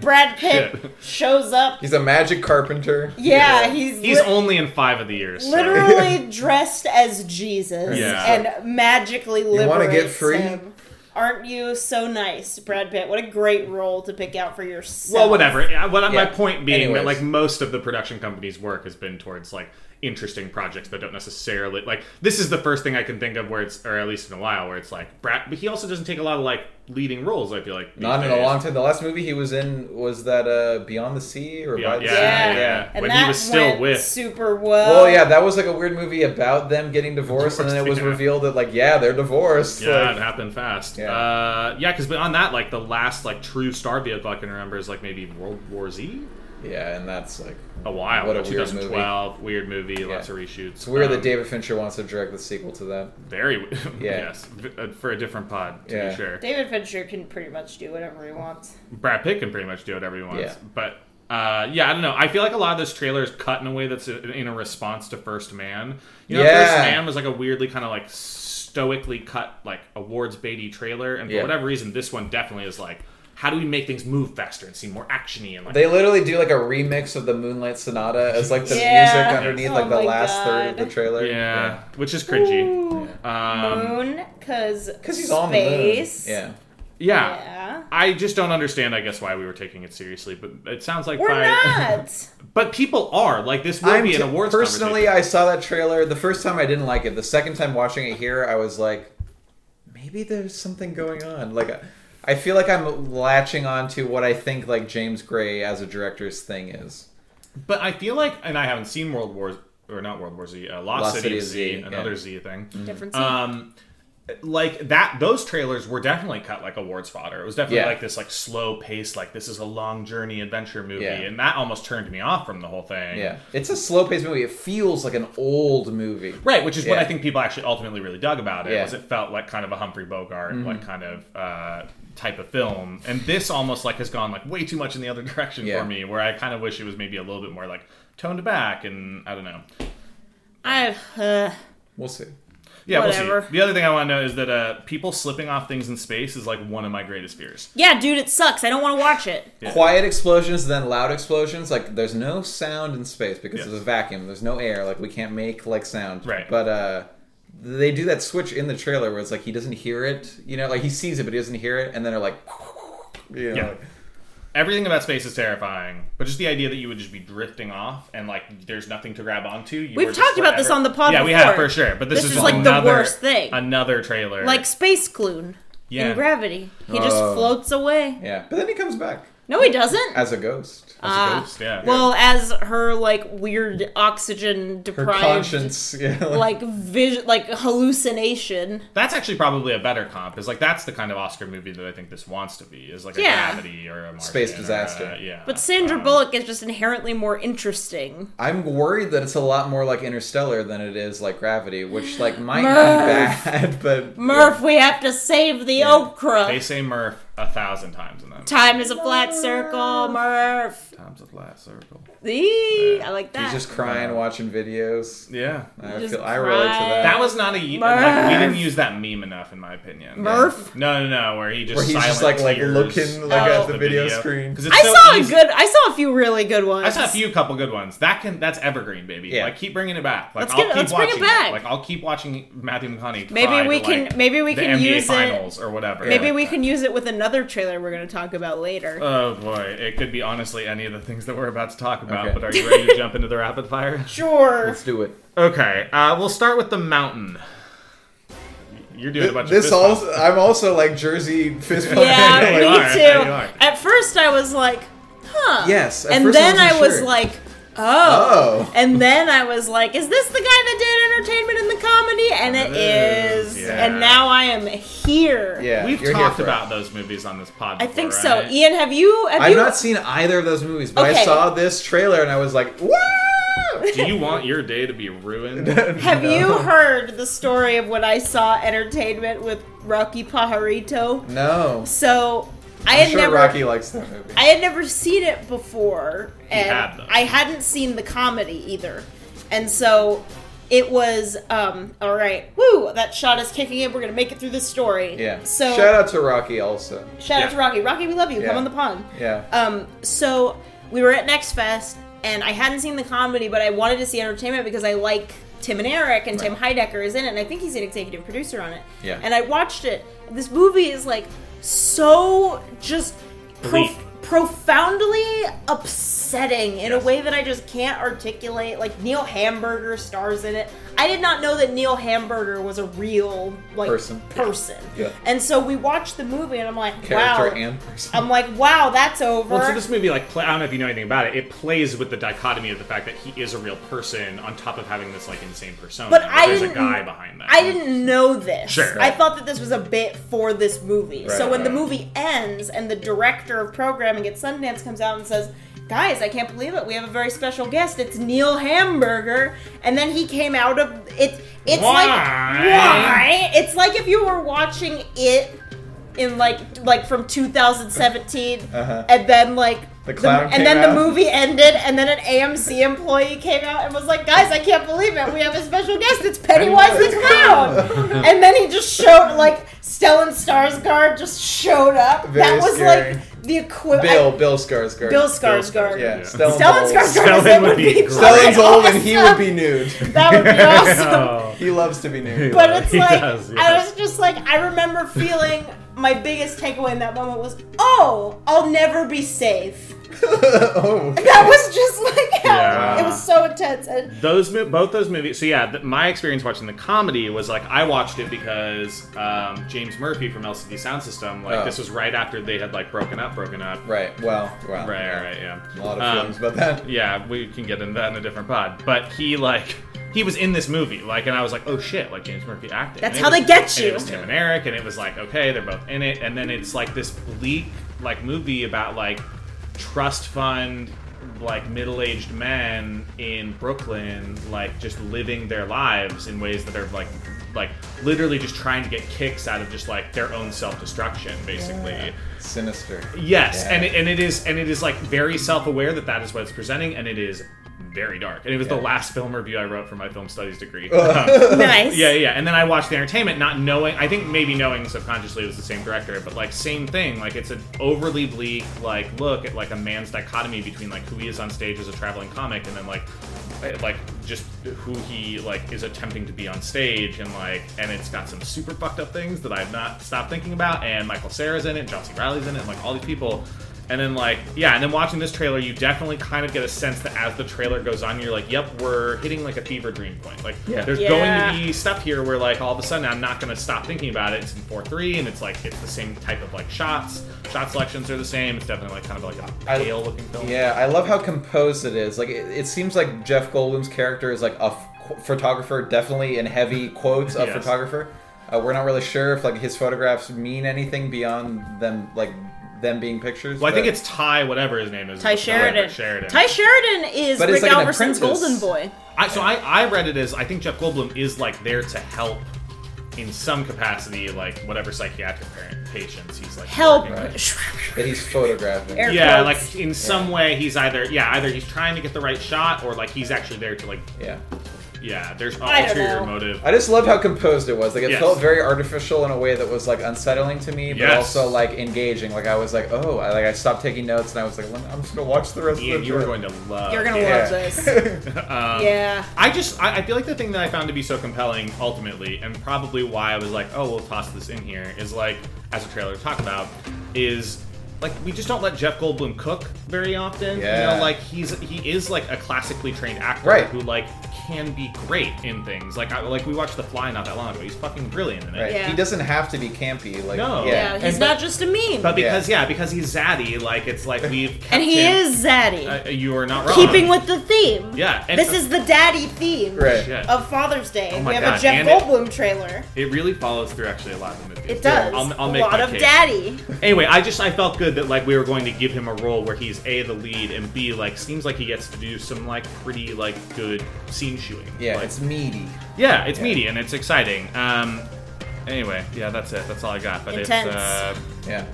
[SPEAKER 7] Brad Pitt shows up.
[SPEAKER 9] He's a magic carpenter.
[SPEAKER 7] Yeah, he's
[SPEAKER 8] He's
[SPEAKER 7] lit-
[SPEAKER 8] only in five of the years. so-
[SPEAKER 7] literally dressed as Jesus
[SPEAKER 8] Yeah.
[SPEAKER 7] and magically liberates
[SPEAKER 9] You wanna get free?
[SPEAKER 7] him. Aren't you so nice, Brad Pitt? What a great role to pick out for yourself.
[SPEAKER 8] Well, whatever. Yeah, What my
[SPEAKER 9] Yeah.
[SPEAKER 8] point being
[SPEAKER 9] Anyways.
[SPEAKER 8] that like most of the production company's work has been towards like interesting projects that don't necessarily like this is the first thing I can think of where it's or at least in a while where it's like Brad but he also doesn't take a lot of like leading roles I feel like these
[SPEAKER 9] Not in a
[SPEAKER 8] days.
[SPEAKER 9] long time. The last movie he was in was that uh, Beyond the Sea or
[SPEAKER 8] Beyond-
[SPEAKER 9] By the
[SPEAKER 8] yeah,
[SPEAKER 9] Sea?
[SPEAKER 8] yeah, yeah.
[SPEAKER 7] And
[SPEAKER 8] When he
[SPEAKER 7] that
[SPEAKER 8] was still
[SPEAKER 7] went
[SPEAKER 8] with-
[SPEAKER 7] super well.
[SPEAKER 9] Well, yeah, that was like a weird movie about them getting divorced, and then it was
[SPEAKER 8] Divorced, yeah.
[SPEAKER 9] revealed that like, yeah, they're divorced.
[SPEAKER 8] Yeah,
[SPEAKER 9] like-
[SPEAKER 8] it happened fast. Yeah, uh, yeah, because on that, like the last like true star vehicle I can remember is like maybe World War Z.
[SPEAKER 9] Yeah, and that's like
[SPEAKER 8] a while.
[SPEAKER 9] what a weird
[SPEAKER 8] 2012, weird movie, lots of reshoots.
[SPEAKER 9] It's weird
[SPEAKER 8] Um,
[SPEAKER 9] that David Fincher wants to direct the sequel to that.
[SPEAKER 8] Very w-
[SPEAKER 9] Yeah.
[SPEAKER 8] yes, v- uh, for a different pod to
[SPEAKER 9] Yeah.
[SPEAKER 8] be sure.
[SPEAKER 7] David Fincher can pretty much do whatever he wants.
[SPEAKER 8] Brad Pitt can pretty much do whatever he wants.
[SPEAKER 7] Yeah.
[SPEAKER 8] But uh, yeah, I don't know. I feel like a lot of this trailer is cut in a way that's in in a response to First Man. You know,
[SPEAKER 9] Yeah.
[SPEAKER 8] First Man was like a weirdly kind of like stoically cut, like awards baity trailer, and for
[SPEAKER 9] Yeah.
[SPEAKER 8] whatever reason, this one definitely is like, how do we make things move faster and seem more actiony and like
[SPEAKER 9] They literally do like a remix of the Moonlight Sonata as like the
[SPEAKER 7] Yeah.
[SPEAKER 9] music underneath
[SPEAKER 7] Oh
[SPEAKER 9] like the
[SPEAKER 7] my
[SPEAKER 9] last third of
[SPEAKER 7] God.
[SPEAKER 9] the trailer.
[SPEAKER 8] yeah, which is cringy. Um,
[SPEAKER 7] Moon, because because
[SPEAKER 9] he's
[SPEAKER 7] space.
[SPEAKER 9] on the moon.
[SPEAKER 8] Yeah. yeah.
[SPEAKER 7] Yeah.
[SPEAKER 8] I just don't understand, I guess, why we were taking it seriously, but it sounds like
[SPEAKER 7] We're
[SPEAKER 8] by
[SPEAKER 7] not.
[SPEAKER 8] But people are. Like this will
[SPEAKER 9] I'm
[SPEAKER 8] be an
[SPEAKER 9] t-
[SPEAKER 8] awards
[SPEAKER 9] personally,
[SPEAKER 8] conversation.
[SPEAKER 9] I saw that trailer the first time. I didn't like it. The second time watching it here, I was like, maybe there's something going on. Like, I- I feel like I'm latching on to what I think like James Gray as a director's thing is.
[SPEAKER 8] But I feel like, and I haven't seen World Wars or not World War Z, uh, Lost,
[SPEAKER 9] Lost
[SPEAKER 8] City,
[SPEAKER 9] City
[SPEAKER 8] of Z,
[SPEAKER 9] Z, yeah.
[SPEAKER 8] another Z thing.
[SPEAKER 7] Different Z.
[SPEAKER 8] Um, like that, those trailers were definitely cut like awards fodder. It was definitely
[SPEAKER 9] Yeah.
[SPEAKER 8] like this like slow paced, like this is a long journey adventure movie,
[SPEAKER 9] Yeah.
[SPEAKER 8] and that almost turned me off from the whole thing.
[SPEAKER 9] Yeah, it's a slow paced movie. It feels like an old movie,
[SPEAKER 8] Right, which is what
[SPEAKER 9] Yeah.
[SPEAKER 8] I think people actually ultimately really dug about it,
[SPEAKER 9] Yeah.
[SPEAKER 8] was it felt like kind of a Humphrey Bogart,
[SPEAKER 9] Mhm.
[SPEAKER 8] like kind of uh, type of film, and this almost like has gone like way too much in the other direction
[SPEAKER 9] Yeah.
[SPEAKER 8] for me, where I kind of wish it was maybe a little bit more like toned back, and I don't know.
[SPEAKER 7] I uh,
[SPEAKER 9] We'll see.
[SPEAKER 8] Yeah, we'll
[SPEAKER 7] Whatever.
[SPEAKER 8] see. The other thing I want to know is that uh, people slipping off things in space is like one of my greatest fears.
[SPEAKER 7] yeah, dude, it sucks. I don't want to watch it.
[SPEAKER 9] Quiet explosions, then loud explosions. Like there's no sound in space because there's a vacuum. There's no air. Like we can't make like sound. Right. But uh, they do that switch in the trailer where it's like he doesn't hear it. You know, like he sees it but he doesn't hear it, and then they're like, you know,
[SPEAKER 8] Yeah.
[SPEAKER 9] like-
[SPEAKER 8] Everything about space is terrifying, but just the idea that you would just be drifting off and like there's nothing to grab onto. You
[SPEAKER 7] We've
[SPEAKER 8] were just
[SPEAKER 7] talked about this
[SPEAKER 8] whatever-
[SPEAKER 7] on the pod
[SPEAKER 8] Yeah, we have
[SPEAKER 7] before.
[SPEAKER 8] for sure. But this,
[SPEAKER 7] This
[SPEAKER 8] is,
[SPEAKER 7] is,
[SPEAKER 8] just
[SPEAKER 7] like, the
[SPEAKER 8] another-
[SPEAKER 7] worst thing.
[SPEAKER 8] Another trailer.
[SPEAKER 7] Like Space Clune
[SPEAKER 8] Yeah.
[SPEAKER 7] in Gravity. He just
[SPEAKER 9] Oh.
[SPEAKER 7] floats away.
[SPEAKER 9] yeah. But then he comes back
[SPEAKER 7] No, he doesn't.
[SPEAKER 9] as a ghost.
[SPEAKER 7] Ah. Well, as her like weird oxygen
[SPEAKER 9] her
[SPEAKER 7] deprived,
[SPEAKER 9] conscience. Yeah.
[SPEAKER 7] like vision, like hallucination.
[SPEAKER 8] that's actually probably a better comp. Is like that's the kind of Oscar movie that I think this wants to be. Is like
[SPEAKER 7] Yeah.
[SPEAKER 8] a Gravity or a Martian
[SPEAKER 9] Space
[SPEAKER 8] or a-
[SPEAKER 9] disaster.
[SPEAKER 8] yeah.
[SPEAKER 7] But Sandra
[SPEAKER 8] um,
[SPEAKER 7] Bullock is just inherently more interesting.
[SPEAKER 9] I'm worried that it's a lot more like Interstellar than it is like Gravity, which like might
[SPEAKER 7] Murph.
[SPEAKER 9] be bad, but
[SPEAKER 7] Murph, we have to save the okra.
[SPEAKER 8] They say Murph a thousand times in that.
[SPEAKER 7] Time is a flat circle, Murph.
[SPEAKER 8] Times a flat circle.
[SPEAKER 7] Eee, I like that.
[SPEAKER 9] he's just crying watching videos.
[SPEAKER 8] Yeah,
[SPEAKER 9] I
[SPEAKER 7] Just
[SPEAKER 9] feel I relate to
[SPEAKER 7] crying.
[SPEAKER 9] that.
[SPEAKER 8] That was not a like,
[SPEAKER 7] Murph.
[SPEAKER 8] we didn't use that meme enough in my opinion.
[SPEAKER 7] Murph?
[SPEAKER 8] No, no, no. Where he just
[SPEAKER 9] Where he's just,
[SPEAKER 8] silent
[SPEAKER 9] like- like,
[SPEAKER 8] tears
[SPEAKER 9] looking, like, at
[SPEAKER 8] of
[SPEAKER 9] the video screen.
[SPEAKER 8] 'Cause it's
[SPEAKER 7] I
[SPEAKER 8] so
[SPEAKER 7] saw
[SPEAKER 8] easy-
[SPEAKER 7] a good. I saw a few really good ones.
[SPEAKER 8] I saw a few couple good ones. That can that's evergreen, baby. Like keep bringing it back. Like
[SPEAKER 7] Let's
[SPEAKER 8] I'll
[SPEAKER 7] get-
[SPEAKER 8] keep
[SPEAKER 7] let's bring it
[SPEAKER 8] watching
[SPEAKER 7] back.
[SPEAKER 8] Like I'll keep watching Matthew McConaughey.
[SPEAKER 7] Maybe
[SPEAKER 8] cry
[SPEAKER 7] we
[SPEAKER 8] to,
[SPEAKER 7] can-
[SPEAKER 8] like,
[SPEAKER 7] maybe we
[SPEAKER 8] the
[SPEAKER 7] can
[SPEAKER 8] NBA
[SPEAKER 7] use it-
[SPEAKER 8] finals or whatever.
[SPEAKER 7] Maybe
[SPEAKER 8] Like
[SPEAKER 7] we
[SPEAKER 8] that.
[SPEAKER 7] can use it with another trailer we're going to talk about later.
[SPEAKER 8] Oh boy, it could be honestly any of the things that we're about to talk about.
[SPEAKER 9] Okay.
[SPEAKER 8] But are you ready to jump into the rapid fire?
[SPEAKER 7] sure.
[SPEAKER 9] Let's do it.
[SPEAKER 8] Okay, uh, we'll start with the mountain. You're doing a bunch of
[SPEAKER 9] This
[SPEAKER 8] fist
[SPEAKER 9] also, I'm also like Jersey fist bump.
[SPEAKER 7] Yeah,
[SPEAKER 8] There you
[SPEAKER 7] me
[SPEAKER 8] are, there you are.
[SPEAKER 7] too. At first, I was like, huh.
[SPEAKER 9] Yes, at
[SPEAKER 7] And
[SPEAKER 9] first I
[SPEAKER 7] then I
[SPEAKER 9] wasn't
[SPEAKER 7] was
[SPEAKER 9] sure.
[SPEAKER 7] like, oh.
[SPEAKER 9] Oh.
[SPEAKER 7] And then I was like, is this the guy that did entertainment in the comedy? And it is.
[SPEAKER 8] yeah.
[SPEAKER 7] And now I am here.
[SPEAKER 8] We've
[SPEAKER 9] you're here
[SPEAKER 8] talked
[SPEAKER 9] for it.
[SPEAKER 8] about those movies on this podcast.
[SPEAKER 7] I think so. Ian, have you? Have
[SPEAKER 9] I've
[SPEAKER 7] you?
[SPEAKER 9] not seen either of those movies, but
[SPEAKER 7] Okay.
[SPEAKER 9] I saw this trailer and I was like, "What?"
[SPEAKER 8] Do you want your day to be ruined?
[SPEAKER 7] have you heard the story of when I saw entertainment with Rocky Pajarito?
[SPEAKER 9] No,
[SPEAKER 7] So I
[SPEAKER 9] I'm
[SPEAKER 7] had
[SPEAKER 9] sure
[SPEAKER 7] never.
[SPEAKER 9] Rocky likes that movie.
[SPEAKER 7] I had never seen it before,
[SPEAKER 9] You
[SPEAKER 7] and
[SPEAKER 9] have, though.
[SPEAKER 7] I hadn't seen the comedy either, and so it was um all right. Woo! That shot is kicking in. We're gonna make it through this story.
[SPEAKER 9] Yeah.
[SPEAKER 7] So
[SPEAKER 9] shout out to Rocky also.
[SPEAKER 7] shout out to Rocky. Rocky, we love you. Come
[SPEAKER 9] Yeah.
[SPEAKER 7] on the pond.
[SPEAKER 9] Yeah.
[SPEAKER 7] Um. So we were at Next Fest, and I hadn't seen the comedy, but I wanted to see entertainment because I like Tim and Eric, and Tim Heidecker is in it, and I think he's an executive producer on it.
[SPEAKER 9] Yeah.
[SPEAKER 7] And I watched it. This movie is like so just prof-
[SPEAKER 8] Bleak.
[SPEAKER 7] profoundly upsetting in a way that I just can't articulate. Like Neil Hamburger stars in it. I did not know that Neil Hamburger was a real like
[SPEAKER 9] Person.
[SPEAKER 7] person.
[SPEAKER 9] Yeah.
[SPEAKER 7] And so we watched the movie, and I'm like,
[SPEAKER 9] Character
[SPEAKER 7] wow.
[SPEAKER 9] and person.
[SPEAKER 7] I'm like, wow, that's over.
[SPEAKER 8] Well, so this movie, like, play, I don't know if you know anything about it. It plays with the dichotomy of the fact that he is a real person, on top of having this like insane persona.
[SPEAKER 7] But I
[SPEAKER 8] there's
[SPEAKER 7] didn't.
[SPEAKER 8] a guy behind that.
[SPEAKER 7] I didn't know this.
[SPEAKER 8] Sure.
[SPEAKER 7] I thought that this was a bit for this movie. so
[SPEAKER 8] Right,
[SPEAKER 7] when the
[SPEAKER 8] right.
[SPEAKER 7] movie ends and the director of programming at Sundance comes out and says, "Guys, I can't believe it. We have a very special guest. It's Neil Hamburger." And then he came out of it. It's like
[SPEAKER 8] Why?
[SPEAKER 7] why? It's like if you were watching it in like like from 2017,
[SPEAKER 9] Uh-huh.
[SPEAKER 7] and then like.
[SPEAKER 9] The clown
[SPEAKER 7] and
[SPEAKER 9] came
[SPEAKER 7] then
[SPEAKER 9] out.
[SPEAKER 7] the movie ended, and then an AMC employee came out and was like, "Guys, I can't believe it. We have a special guest. It's Pennywise the clown." and then he just showed like Stellan Skarsgård just showed up.
[SPEAKER 9] Very
[SPEAKER 7] that was
[SPEAKER 9] scary.
[SPEAKER 7] like the equivalent.
[SPEAKER 9] Bill, Bill Skarsgård.
[SPEAKER 7] Bill Skarsgård.
[SPEAKER 9] Yeah.
[SPEAKER 7] Stellan
[SPEAKER 9] Stellan's
[SPEAKER 7] Skarsgård is Stellan in would would be be great.
[SPEAKER 9] Stellan's old and he would be nude.
[SPEAKER 7] That would be
[SPEAKER 8] Oh.
[SPEAKER 9] awesome. he loves to be nude.
[SPEAKER 7] but it's like I was just like I remember feeling my biggest takeaway in that moment was, "Oh, I'll never be safe."
[SPEAKER 8] Oh.
[SPEAKER 7] That was just like how
[SPEAKER 8] Yeah.
[SPEAKER 7] it was so intense. And
[SPEAKER 8] those mo- both those movies. So yeah, th- my experience watching the comedy was like I watched it because um, James Murphy from LCD Sound System. Like
[SPEAKER 9] Oh.
[SPEAKER 8] this was right after they had like broken up, broken up.
[SPEAKER 9] Right. Well. Wow.
[SPEAKER 8] Right. Right. Yeah. Um,
[SPEAKER 9] A lot of films about that.
[SPEAKER 8] Yeah, we can get into that in a different pod. But he like he was in this movie, like, and I was like, oh shit, like James Murphy acting. And
[SPEAKER 7] That's
[SPEAKER 8] it
[SPEAKER 7] how
[SPEAKER 8] was-
[SPEAKER 7] they get
[SPEAKER 8] And
[SPEAKER 7] you.
[SPEAKER 8] it was Tim and Eric, and it was like, okay, they're both in it, and then it's like this bleak like movie about like trust fund like middle-aged men in Brooklyn like just living their lives in ways that are like like literally just trying to get kicks out of just like their own self-destruction basically
[SPEAKER 9] Sinister.
[SPEAKER 8] Yes,
[SPEAKER 9] Yeah.
[SPEAKER 8] and it, and it is and it is like very self-aware that that is what it's presenting, and it is very dark. And it was the last film review I wrote for my film studies degree. Um,
[SPEAKER 7] Nice.
[SPEAKER 8] Yeah, yeah. And then I watched the entertainment, not knowing. I think maybe knowing subconsciously it was the same director, but like same thing. Like it's an overly bleak like look at like a man's dichotomy between like who he is on stage as a traveling comic, and then like eh, like just who he like is attempting to be on stage and like and it's got some super fucked up things that I've not stopped thinking about and Michael Sarah's in it, John C. Riley's in it, and like all these people. And then like yeah, and then watching this trailer, you definitely kind of get a sense that as the trailer goes on, you're like, yep, we're hitting like a fever dream point. Like
[SPEAKER 9] Yeah.
[SPEAKER 8] there's
[SPEAKER 9] Yeah.
[SPEAKER 8] going to be stuff here where like all of a sudden I'm not gonna stop thinking about it. It's in four three and it's like it's the same type of like shots. Shot selections are the same. It's definitely like kind of like a pale looking film.
[SPEAKER 9] Yeah, I love how composed it is. Like, it, it seems like Jeff Goldblum's character is like a f- photographer, definitely in heavy quotes, a
[SPEAKER 8] Yes.
[SPEAKER 9] photographer. Uh, we're not really sure if like his photographs mean anything beyond them, like them being pictures.
[SPEAKER 8] Well, I think
[SPEAKER 9] but-
[SPEAKER 8] it's Ty, whatever his name is.
[SPEAKER 7] Ty
[SPEAKER 8] is the
[SPEAKER 7] Sheridan.
[SPEAKER 8] director, Sheridan.
[SPEAKER 7] Ty Sheridan is
[SPEAKER 8] But it's
[SPEAKER 7] Rick
[SPEAKER 8] like an
[SPEAKER 7] Alverson's
[SPEAKER 8] apprentice.
[SPEAKER 7] golden boy.
[SPEAKER 8] I, so I, I read it as I think Jeff Goldblum is like there to help in some capacity, like whatever psychiatric parent, patients he's like
[SPEAKER 7] Help.
[SPEAKER 8] working with.
[SPEAKER 9] that he's photographing.
[SPEAKER 7] Air
[SPEAKER 8] yeah,
[SPEAKER 7] quotes.
[SPEAKER 8] like in some way he's either yeah either he's trying to get the right shot or like he's actually there to like
[SPEAKER 9] yeah
[SPEAKER 8] yeah there's
[SPEAKER 7] I don't
[SPEAKER 8] ulterior
[SPEAKER 7] know.
[SPEAKER 8] motive.
[SPEAKER 9] I just loved how composed it was. Like it
[SPEAKER 8] Yes.
[SPEAKER 9] felt very artificial in a way that was like unsettling to me, but
[SPEAKER 8] Yes.
[SPEAKER 9] also like engaging. Like I was like, oh, I, like I stopped taking notes and I was like, "Well, I'm just gonna watch the rest of
[SPEAKER 8] Ian,
[SPEAKER 9] the.
[SPEAKER 8] you are
[SPEAKER 9] trailer."
[SPEAKER 8] going to love.
[SPEAKER 7] You're gonna
[SPEAKER 8] it.
[SPEAKER 7] love this.
[SPEAKER 8] Um,
[SPEAKER 7] Yeah.
[SPEAKER 8] I just I, I feel like the thing that I found to be so compelling ultimately, and probably why I was like, oh, we'll toss this in here, is like as a trailer to talk about, is like we just don't let Jeff Goldblum cook very often. You
[SPEAKER 9] Yeah.
[SPEAKER 8] know, like he's he is like a classically trained actor
[SPEAKER 9] Right.
[SPEAKER 8] who like can be great in things. Like I, like we watched The Fly not that long ago. He's fucking brilliant in it.
[SPEAKER 9] Right.
[SPEAKER 7] Yeah.
[SPEAKER 9] He doesn't have to be campy. Like
[SPEAKER 8] No.
[SPEAKER 7] Yeah,
[SPEAKER 9] yeah.
[SPEAKER 7] he's not just a meme.
[SPEAKER 8] But because yeah. because he's zaddy, like it's like we've kept
[SPEAKER 7] and he
[SPEAKER 8] him-
[SPEAKER 7] is zaddy.
[SPEAKER 8] Uh, you are not wrong.
[SPEAKER 7] Keeping with the theme.
[SPEAKER 8] Yeah, and-
[SPEAKER 7] this is the daddy theme
[SPEAKER 8] Right. Shit.
[SPEAKER 7] of Father's Day.
[SPEAKER 8] Oh my
[SPEAKER 7] we have
[SPEAKER 8] God,
[SPEAKER 7] a Jeff
[SPEAKER 8] and it-
[SPEAKER 7] Goldblum trailer.
[SPEAKER 8] It really follows through actually a lot in the movie.
[SPEAKER 7] It does.
[SPEAKER 8] I'll, I'll
[SPEAKER 7] a
[SPEAKER 8] make
[SPEAKER 7] lot
[SPEAKER 8] my
[SPEAKER 7] of
[SPEAKER 8] case.
[SPEAKER 7] daddy.
[SPEAKER 8] Anyway, I just I felt good that like we were going to give him a role where he's a the lead and b like seems like he gets to do some like pretty like good scene shooting.
[SPEAKER 9] Yeah,
[SPEAKER 8] Like,
[SPEAKER 9] it's meaty.
[SPEAKER 8] yeah, it's meaty and it's exciting. Um, anyway, yeah, that's it. That's all I got. But
[SPEAKER 7] Intense.
[SPEAKER 8] it's uh,
[SPEAKER 9] yeah.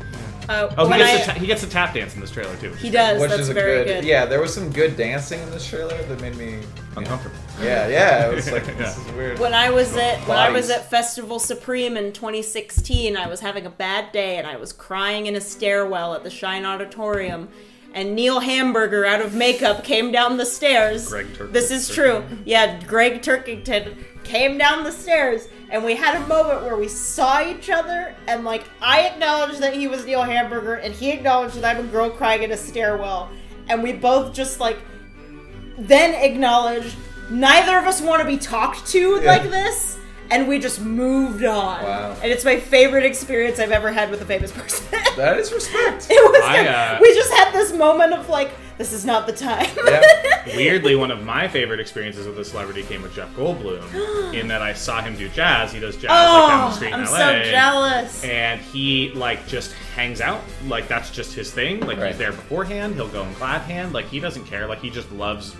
[SPEAKER 7] Uh,
[SPEAKER 8] Oh, he
[SPEAKER 7] when
[SPEAKER 8] gets,
[SPEAKER 7] I-
[SPEAKER 8] a ta- he gets a tap dance in this trailer too.
[SPEAKER 7] He does.
[SPEAKER 9] Which
[SPEAKER 7] That's
[SPEAKER 9] is a
[SPEAKER 7] very
[SPEAKER 9] good,
[SPEAKER 7] good.
[SPEAKER 9] Yeah, there was some good dancing in this trailer that made me
[SPEAKER 8] uncomfortable.
[SPEAKER 9] Yeah, yeah. It was like this
[SPEAKER 8] Yeah.
[SPEAKER 9] is weird.
[SPEAKER 7] When I was at when I
[SPEAKER 9] Bodies.
[SPEAKER 7] was at Festival Supreme in 2016, I was having a bad day and I was crying in a stairwell at the Shine Auditorium. And Neil Hamburger, out of makeup, came down the stairs.
[SPEAKER 8] Greg Turkington.
[SPEAKER 7] This is true. Yeah, Greg Turkington came down the stairs and we had a moment where we saw each other and like I acknowledged that he was Neil Hamburger and he acknowledged that I'm a girl crying in a stairwell and we both just like then acknowledged neither of us want to be talked to
[SPEAKER 9] Yeah.
[SPEAKER 7] like this and we just moved on.
[SPEAKER 9] Wow.
[SPEAKER 7] And it's my favorite experience I've ever had with a famous person.
[SPEAKER 9] That is respect.
[SPEAKER 7] it was
[SPEAKER 8] I,
[SPEAKER 7] like,
[SPEAKER 8] uh,
[SPEAKER 7] we just had this moment of like this is not the time.
[SPEAKER 8] Weirdly, one of my favorite experiences with a celebrity came with Jeff Goldblum, in that I saw him do jazz. He does jazz like, down
[SPEAKER 7] Oh,
[SPEAKER 8] the street
[SPEAKER 7] I'm
[SPEAKER 8] in
[SPEAKER 7] so
[SPEAKER 8] LA.
[SPEAKER 7] jealous.
[SPEAKER 8] And he like just hangs out, like that's just his thing. Like he's there beforehand. He'll go in glad hand. Like he doesn't care. Like he just loves.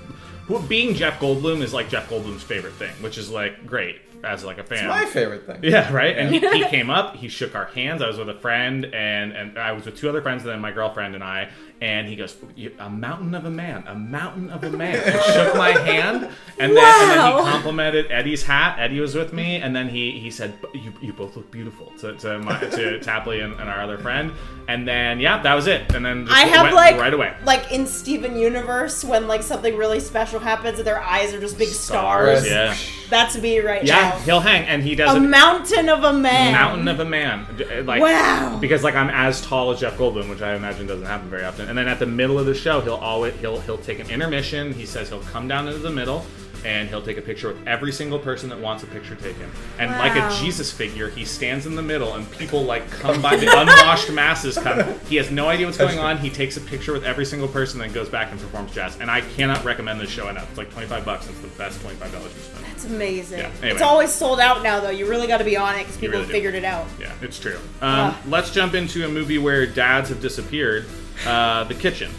[SPEAKER 8] Well, being Jeff Goldblum is like Jeff Goldblum's favorite thing, which is like great as like a fan.
[SPEAKER 9] my favorite thing.
[SPEAKER 8] Yeah, right. And he,
[SPEAKER 9] Yeah.
[SPEAKER 8] he came up, he shook our hands. I was with a friend, and and I was with two other friends, and then my girlfriend and I. And he goes, "You- "A mountain of a man, a mountain of a man." And shook my hand, and then, and then
[SPEAKER 18] Wow.
[SPEAKER 8] he complimented Eddie's hat. Eddie was with me, and then he he said, "But "You, you both look beautiful." To to, my, to Tapley and, and our other friend, and then yeah, that was it. And then just
[SPEAKER 7] I have
[SPEAKER 8] went
[SPEAKER 7] like
[SPEAKER 8] right away.
[SPEAKER 7] like in Steven Universe when like something really special happens and their eyes are just big stars.
[SPEAKER 8] Stars, yeah.
[SPEAKER 7] That's me right
[SPEAKER 8] Yeah, he'll hang, and he
[SPEAKER 7] now.
[SPEAKER 8] does
[SPEAKER 7] A
[SPEAKER 8] it.
[SPEAKER 7] mountain of a man.
[SPEAKER 8] Mountain of a man. D- uh, Like,
[SPEAKER 7] Wow.
[SPEAKER 8] Because like I'm as tall as Jeff Goldblum, which I imagine doesn't happen very often. And then at the middle of the show, he'll always he'll he'll take an intermission. He says he'll come down into the middle and he'll take a picture with every single person that wants a picture taken. And like
[SPEAKER 18] Wow.
[SPEAKER 8] a Jesus figure, he stands in the middle and people like come by the unwashed masses come. He has no idea what's going on. He takes a picture with every single person then goes back and performs jazz. And I cannot recommend this show enough. It's like 25 bucks. It's the best $25 you spend.
[SPEAKER 7] That's amazing.
[SPEAKER 8] Yeah, anyway.
[SPEAKER 7] It's always sold out now though. You really got to be on it because
[SPEAKER 8] You
[SPEAKER 7] people
[SPEAKER 8] really
[SPEAKER 7] have
[SPEAKER 8] do.
[SPEAKER 7] figured it out.
[SPEAKER 8] Yeah, it's true. Um,
[SPEAKER 7] Ah.
[SPEAKER 8] let's jump into a movie where dads have disappeared. Uh, the kitchen.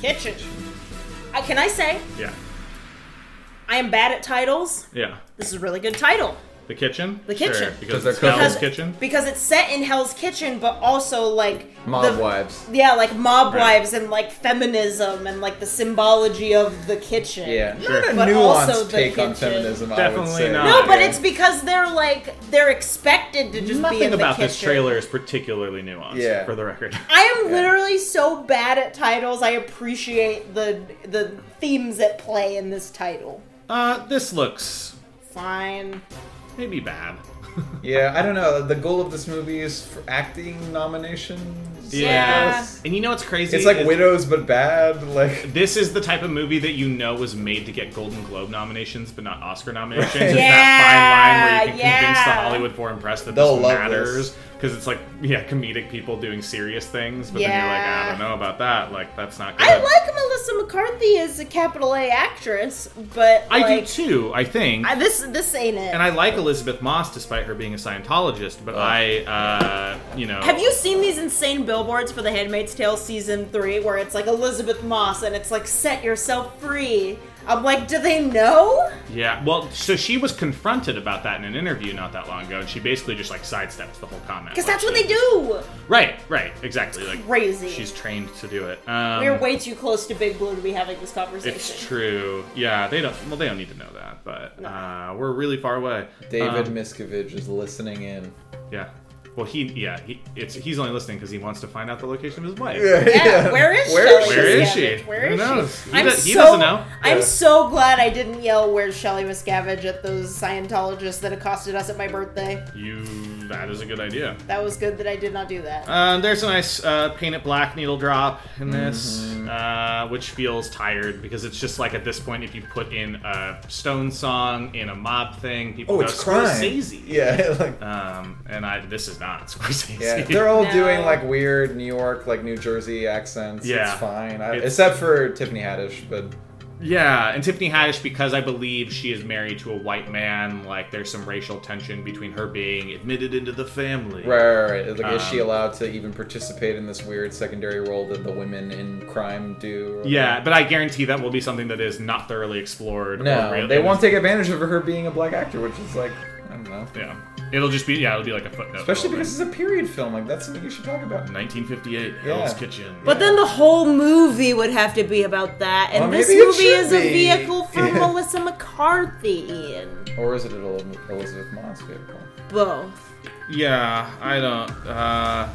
[SPEAKER 7] Kitchen. Uh, can I say
[SPEAKER 8] Yeah,
[SPEAKER 7] I am bad at titles?
[SPEAKER 8] yeah.
[SPEAKER 7] This is a really good title.
[SPEAKER 8] The kitchen.
[SPEAKER 7] The kitchen.
[SPEAKER 8] Sure, because
[SPEAKER 9] they're
[SPEAKER 8] it's Hell's
[SPEAKER 7] cooking.
[SPEAKER 8] kitchen.
[SPEAKER 7] Because it's set in Hell's Kitchen, but also like
[SPEAKER 9] Mob
[SPEAKER 7] the-
[SPEAKER 9] wives.
[SPEAKER 7] Yeah, like mob
[SPEAKER 9] Right.
[SPEAKER 7] wives and like feminism and like the symbology of the kitchen.
[SPEAKER 9] Yeah, not a
[SPEAKER 7] But also
[SPEAKER 9] nuanced
[SPEAKER 7] the
[SPEAKER 9] take on
[SPEAKER 7] kitchen.
[SPEAKER 9] feminism. I would
[SPEAKER 8] Definitely
[SPEAKER 9] say.
[SPEAKER 8] not.
[SPEAKER 7] No, but it's because they're like they're expected to just be in
[SPEAKER 8] Nothing
[SPEAKER 7] the
[SPEAKER 8] about
[SPEAKER 7] kitchen.
[SPEAKER 8] this trailer is particularly nuanced. Yeah. For the record.
[SPEAKER 7] I am literally so bad at titles. I appreciate the the themes at play in this title.
[SPEAKER 8] Uh, this looks
[SPEAKER 7] Fine.
[SPEAKER 8] maybe bad.
[SPEAKER 9] Yeah, I don't know. The goal of this movie is for acting nominations. I
[SPEAKER 8] Yeah.
[SPEAKER 9] guess.
[SPEAKER 8] And you know what's crazy?
[SPEAKER 9] It's like
[SPEAKER 8] is-
[SPEAKER 9] widows but bad. Like
[SPEAKER 8] This is the type of movie that you know was made to get Golden Globe nominations, but not Oscar nominations.
[SPEAKER 9] Right.
[SPEAKER 8] It's that fine line where you can
[SPEAKER 7] Yeah,
[SPEAKER 8] convince the
[SPEAKER 7] yeah.
[SPEAKER 8] Hollywood Foreign Press that
[SPEAKER 9] They'll
[SPEAKER 8] this
[SPEAKER 9] love
[SPEAKER 8] matters because it's like yeah, comedic people doing serious things, but then you're like,
[SPEAKER 7] Yeah.
[SPEAKER 8] I don't know about that. Like that's not good.
[SPEAKER 7] I like Melissa McCarthy as a capital A actress, but
[SPEAKER 8] I
[SPEAKER 7] like,
[SPEAKER 8] do too. I think.
[SPEAKER 7] I, this this ain't it.
[SPEAKER 8] and I like Elizabeth Moss despite her being a Scientologist, but I, uh, you know,
[SPEAKER 7] Have you seen these insane billboards for The Handmaid's Tale season three, where it's like Elizabeth Moss and it's like "Set yourself free"? I'm like, do they know?
[SPEAKER 8] Yeah, well, so she was confronted about that in an interview not that long ago, and she basically just like sidesteps the whole comment.
[SPEAKER 7] Because
[SPEAKER 8] Like,
[SPEAKER 7] that's what they do.
[SPEAKER 8] Right, right, exactly. Like
[SPEAKER 7] Crazy.
[SPEAKER 8] She's trained to do it. Um,
[SPEAKER 7] We're way too close to Big Blue to be having this conversation.
[SPEAKER 8] It's true. Yeah, they don't. Well, they don't need to know that, but uh, we're really far away.
[SPEAKER 9] David
[SPEAKER 8] Um,
[SPEAKER 9] Miscavige is listening in.
[SPEAKER 8] yeah. Well, he. Yeah. He. It's. He's only listening because he wants to find out the location of his wife.
[SPEAKER 9] Yeah, Yeah, yeah.
[SPEAKER 7] Where is
[SPEAKER 8] Where
[SPEAKER 7] Shelley?
[SPEAKER 8] is
[SPEAKER 7] Miscavige?
[SPEAKER 8] she?
[SPEAKER 7] Where
[SPEAKER 8] Who
[SPEAKER 7] is
[SPEAKER 8] knows?
[SPEAKER 7] she?
[SPEAKER 8] He,
[SPEAKER 7] I'm
[SPEAKER 8] do-
[SPEAKER 7] so,
[SPEAKER 8] he doesn't know.
[SPEAKER 7] I'm
[SPEAKER 8] Yeah.
[SPEAKER 7] so glad I didn't yell "Where's Shelly Miscavige?" at those Scientologists that accosted us at my birthday.
[SPEAKER 8] You. That is a good idea.
[SPEAKER 7] That was good that I did not do that.
[SPEAKER 8] Um, there's a nice uh, paint it black needle drop in this,
[SPEAKER 9] Mm-hmm.
[SPEAKER 8] uh, which feels tired because it's just like at this point, if you put in a Stone song in a mob thing, people
[SPEAKER 9] Oh,
[SPEAKER 8] go
[SPEAKER 9] it's crime.
[SPEAKER 8] Scorsese.
[SPEAKER 9] Yeah, like-
[SPEAKER 8] um, and I this is not Scorsese.
[SPEAKER 9] Yeah, they're all doing like weird New York, like New Jersey accents.
[SPEAKER 8] Yeah.
[SPEAKER 9] it's fine. I,
[SPEAKER 8] It's-
[SPEAKER 9] except for Tiffany Haddish, but
[SPEAKER 8] Yeah, and Tiffany Haddish, because I believe she is married to a white man, like there's some racial tension between her being admitted into the family.
[SPEAKER 9] right, right, right. Like, is she
[SPEAKER 8] Um,
[SPEAKER 9] allowed to even participate in this weird secondary role that the women in crime do? or-
[SPEAKER 8] Yeah, but I guarantee that will be something that is not thoroughly explored.
[SPEAKER 9] no,
[SPEAKER 8] or really,
[SPEAKER 9] they won't take advantage of her being a black actor, which is like I don't know.
[SPEAKER 8] Yeah, it'll just be yeah, it'll be like a footnote.
[SPEAKER 9] Especially
[SPEAKER 8] probably.
[SPEAKER 9] because it's a period film. Like that's something you should talk about.
[SPEAKER 8] 1958,
[SPEAKER 9] Yeah.
[SPEAKER 8] Hell's Kitchen.
[SPEAKER 7] But then the whole movie would have to be about that, and
[SPEAKER 9] Well,
[SPEAKER 7] this
[SPEAKER 9] maybe it
[SPEAKER 7] movie
[SPEAKER 9] should
[SPEAKER 7] is a
[SPEAKER 9] be.
[SPEAKER 7] vehicle for
[SPEAKER 9] Yeah.
[SPEAKER 7] Melissa McCarthy, Ian.
[SPEAKER 9] Or is it an Elizabeth Moss vehicle?
[SPEAKER 7] Both.
[SPEAKER 8] yeah, I don't. Uh,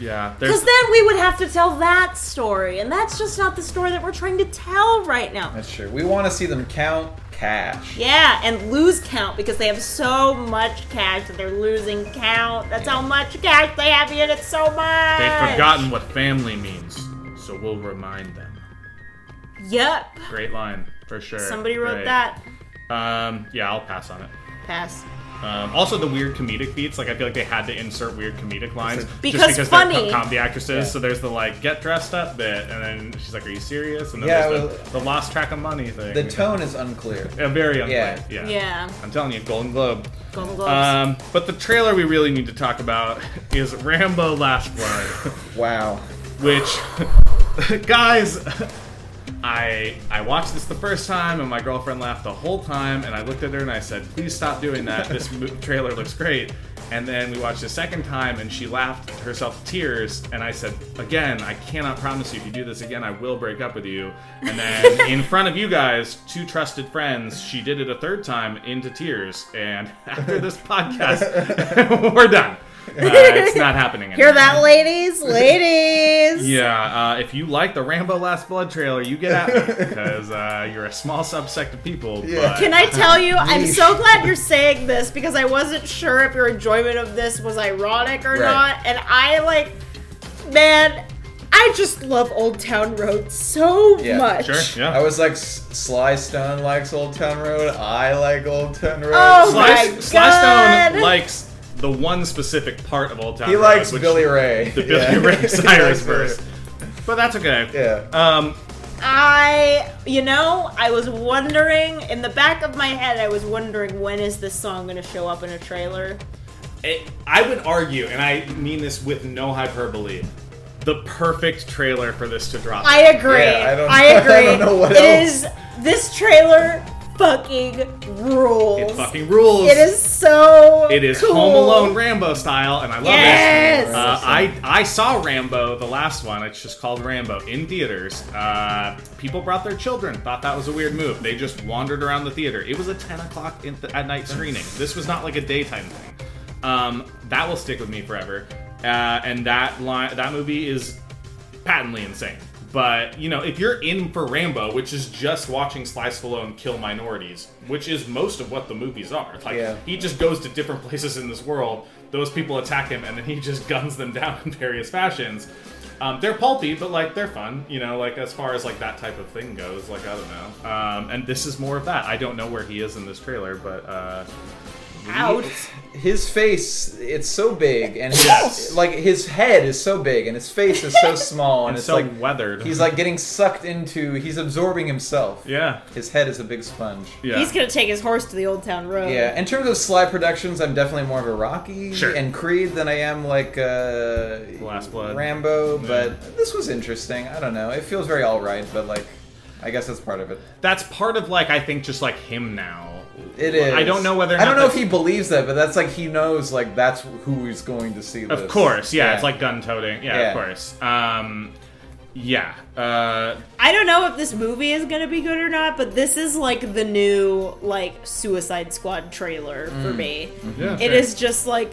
[SPEAKER 8] Yeah,
[SPEAKER 7] Because then we would have to tell that story, and that's just not the story that we're trying to tell right now.
[SPEAKER 9] That's true. We want to see them count cash.
[SPEAKER 7] Yeah, and lose count because they have so much cash that they're losing count. That's how much cash they have in it, so much.
[SPEAKER 8] They've forgotten what family means, so we'll remind them.
[SPEAKER 7] Yep.
[SPEAKER 8] Great line, for sure.
[SPEAKER 7] Somebody
[SPEAKER 8] Great.
[SPEAKER 7] wrote that.
[SPEAKER 8] Um, yeah, I'll pass on it.
[SPEAKER 7] Pass.
[SPEAKER 8] Um, also, the weird comedic beats. Like, I feel like they had to insert weird comedic lines just
[SPEAKER 7] Because
[SPEAKER 8] because
[SPEAKER 7] funny.
[SPEAKER 8] they're co- comedy actresses. So there's the like get dressed up bit, and then she's like, "Are you serious?" And then
[SPEAKER 9] Yeah,
[SPEAKER 8] there's
[SPEAKER 9] well-
[SPEAKER 8] the, the lost track of money thing.
[SPEAKER 9] The tone is unclear.
[SPEAKER 8] Yeah, very unclear.
[SPEAKER 9] Yeah.
[SPEAKER 8] Yeah.
[SPEAKER 7] Yeah.
[SPEAKER 8] I'm telling you, Golden Globe.
[SPEAKER 7] Golden Globes.
[SPEAKER 8] Um, but the trailer we really need to talk about is Rambo: Last Blood.
[SPEAKER 9] wow.
[SPEAKER 8] Which, guys, I I watched this the first time and my girlfriend laughed the whole time and I looked at her and I said, "Please stop doing that. This mo- trailer looks great." And then we watched the second time and she laughed herself to tears and I said, "Again, I cannot promise you if you do this again, I will break up with you." And then in front of you guys, two trusted friends, she did it a third time into tears and after this podcast, we're done. Uh, it's not happening anymore.
[SPEAKER 7] Hear that, ladies? Ladies!
[SPEAKER 8] Yeah, uh, if you like the Rambo Last Blood trailer, you get at me because uh, you're a small subsect of people. But...
[SPEAKER 7] Can I tell you, I'm so glad you're saying this because I wasn't sure if your enjoyment of this was ironic or
[SPEAKER 8] Right.
[SPEAKER 7] not. And I, like, man, I just love Old Town Road so much.
[SPEAKER 8] Yeah.
[SPEAKER 9] I was like, S- Sly Stone likes Old Town Road. I like Old Town Road.
[SPEAKER 7] Oh
[SPEAKER 8] Sly,
[SPEAKER 7] my
[SPEAKER 8] Sly
[SPEAKER 7] God.
[SPEAKER 8] Stone likes the one specific part of Old Town.
[SPEAKER 9] He
[SPEAKER 8] Road,
[SPEAKER 9] likes
[SPEAKER 8] which-
[SPEAKER 9] Billy Ray.
[SPEAKER 8] The Billy
[SPEAKER 9] Yeah. He
[SPEAKER 8] Ray
[SPEAKER 9] likes
[SPEAKER 8] Cyrus
[SPEAKER 9] Billy Ray.
[SPEAKER 8] verse. But that's okay.
[SPEAKER 9] Yeah.
[SPEAKER 8] Um,
[SPEAKER 7] I, you know, I was wondering, in the back of my head, I was wondering when is this song going to show up in a trailer?
[SPEAKER 8] it, I would argue, and I mean this with no hyperbole, the perfect trailer for this to drop.
[SPEAKER 7] I agree. I agree. It is- this trailer fucking rules.
[SPEAKER 8] It fucking rules.
[SPEAKER 7] It is so.
[SPEAKER 8] It is
[SPEAKER 7] cool.
[SPEAKER 8] Home Alone Rambo style, and I love
[SPEAKER 7] Yes!
[SPEAKER 8] it. Uh, I I saw Rambo, the last one. It's just called Rambo in theaters. Uh, people brought their children. Thought that was a weird move. They just wandered around the theater. It was a 10 o'clock in th- at night screening. This was not like a daytime thing. Um, that will stick with me forever. Uh, and that line, that movie is patently insane. But you know, if you're in for Rambo, which is just watching Slice Stallone kill minorities, which is most of what the movies are, like
[SPEAKER 9] Yeah.
[SPEAKER 8] he just goes to different places in this world. Those people attack him, and then he just guns them down in various fashions. Um, they're pulpy, but like they're fun, you know. Like as far as like that type of thing goes, like I don't know. Um, and this is more of that. I don't know where he is in this trailer, but uh, we-
[SPEAKER 9] His face, it's so big, and his,
[SPEAKER 8] Yes.
[SPEAKER 9] like his head is so big, and his face is so small, and,
[SPEAKER 8] And
[SPEAKER 9] it's
[SPEAKER 8] so
[SPEAKER 9] like
[SPEAKER 8] weathered.
[SPEAKER 9] He's like getting sucked into. He's absorbing himself.
[SPEAKER 8] Yeah.
[SPEAKER 9] His head is a big sponge.
[SPEAKER 7] He's gonna take his horse to the Old Town Road.
[SPEAKER 9] Yeah, in terms of Sly Productions, I'm definitely more of a Rocky
[SPEAKER 8] Sure.
[SPEAKER 9] and Creed than I am like uh, Last
[SPEAKER 8] Blood,
[SPEAKER 9] Rambo.
[SPEAKER 8] Yeah.
[SPEAKER 9] But this was interesting. I don't know. It feels very all right, but like, I guess that's part of it.
[SPEAKER 8] that's part of like I think just like him now.
[SPEAKER 9] It is.
[SPEAKER 8] I don't know whether or
[SPEAKER 9] I don't
[SPEAKER 8] not
[SPEAKER 9] know if
[SPEAKER 8] that's-
[SPEAKER 9] he believes that, but that's like he knows like that's who he's going to see.
[SPEAKER 8] Of
[SPEAKER 9] this.
[SPEAKER 8] course, yeah, it's like gun toting. Yeah,
[SPEAKER 9] Yeah.
[SPEAKER 8] of course. Um, yeah. Uh,
[SPEAKER 7] I don't know if this movie is gonna be good or not, but this is like the new like Suicide Squad trailer for
[SPEAKER 18] Mm.
[SPEAKER 7] me.
[SPEAKER 18] Mhm. Yeah,
[SPEAKER 7] It is
[SPEAKER 18] sure.
[SPEAKER 7] just like,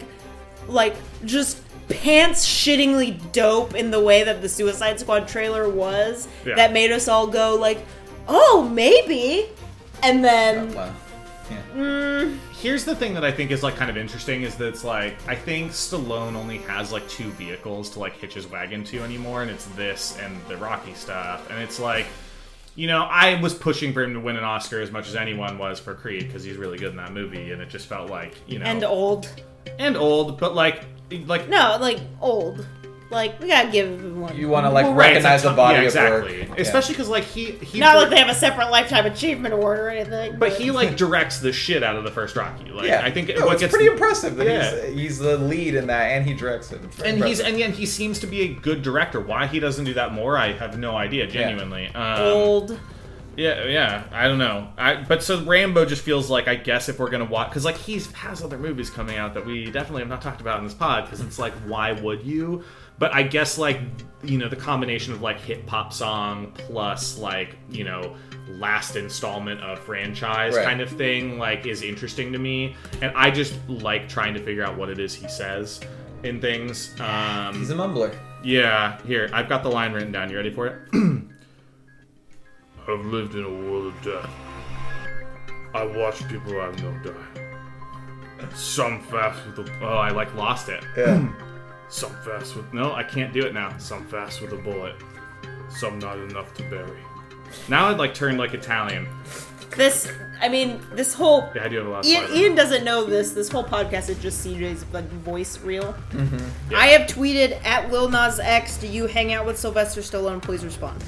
[SPEAKER 7] like just pants shittingly dope in the way that the Suicide Squad trailer was.
[SPEAKER 18] Yeah.
[SPEAKER 7] That made us all go like, oh maybe, and then
[SPEAKER 8] Here's the thing that I think is like kind of interesting is that it's like I think Stallone only has like two vehicles to like hitch his wagon to anymore, and it's this and the Rocky stuff, and it's like. You know, I was pushing for him to win an Oscar as much as anyone was for Creed because he's really good in that movie, and it just felt like you know
[SPEAKER 7] and old.
[SPEAKER 8] and old, but like like
[SPEAKER 7] No, like old. Like we gotta give him one.
[SPEAKER 9] You wanna, like,
[SPEAKER 7] more.
[SPEAKER 9] Right, recognize it's a the body ton- yeah, of
[SPEAKER 8] exactly.
[SPEAKER 9] work. Yeah.
[SPEAKER 8] Especially because like he he
[SPEAKER 7] Not like
[SPEAKER 8] worked-
[SPEAKER 7] they have a separate lifetime achievement award or anything.
[SPEAKER 8] But he like directs the shit out of the first Rocky. Like
[SPEAKER 9] yeah,
[SPEAKER 8] I think
[SPEAKER 9] no,
[SPEAKER 8] what
[SPEAKER 9] it's
[SPEAKER 8] gets
[SPEAKER 9] pretty impressive that
[SPEAKER 8] yeah.
[SPEAKER 9] he's, he's the lead in that, and he directs it. It's very
[SPEAKER 8] and he's
[SPEAKER 9] impressive.
[SPEAKER 8] and yet he seems to be a good director. Why he doesn't do that more, I have no idea. Genuinely, Um,
[SPEAKER 7] old.
[SPEAKER 8] Yeah, yeah. I don't know. I but so Rambo just feels like I guess if we're gonna watch because like he's has other movies coming out that we definitely have not talked about in this pod because it's like why would you? But I guess like you know the combination of like hip hop song plus like you know last installment of franchise
[SPEAKER 9] Right.
[SPEAKER 8] kind of thing like is interesting to me, and I just like trying to figure out what it is he says. in things. Um,
[SPEAKER 9] He's a mumbler.
[SPEAKER 8] Yeah, here, I've got the line written down. You ready for it? I've lived in a world of death. I watched people I've known die. Some fast with a. Oh, I like lost it.
[SPEAKER 9] Yeah.
[SPEAKER 8] Some fast with. No, I can't do it now. Some fast with a bullet. Some not enough to bury. Now I'd like turn like Italian.
[SPEAKER 7] This, I mean, this whole.
[SPEAKER 8] Yeah, I do have a lot of
[SPEAKER 7] Ian,
[SPEAKER 8] slides.
[SPEAKER 7] Ian doesn't know this. This whole podcast is just CJ's like voice reel.
[SPEAKER 8] Mhm.
[SPEAKER 7] I have tweeted at Lil Nas X. Do you hang out with Sylvester Stallone? Please respond.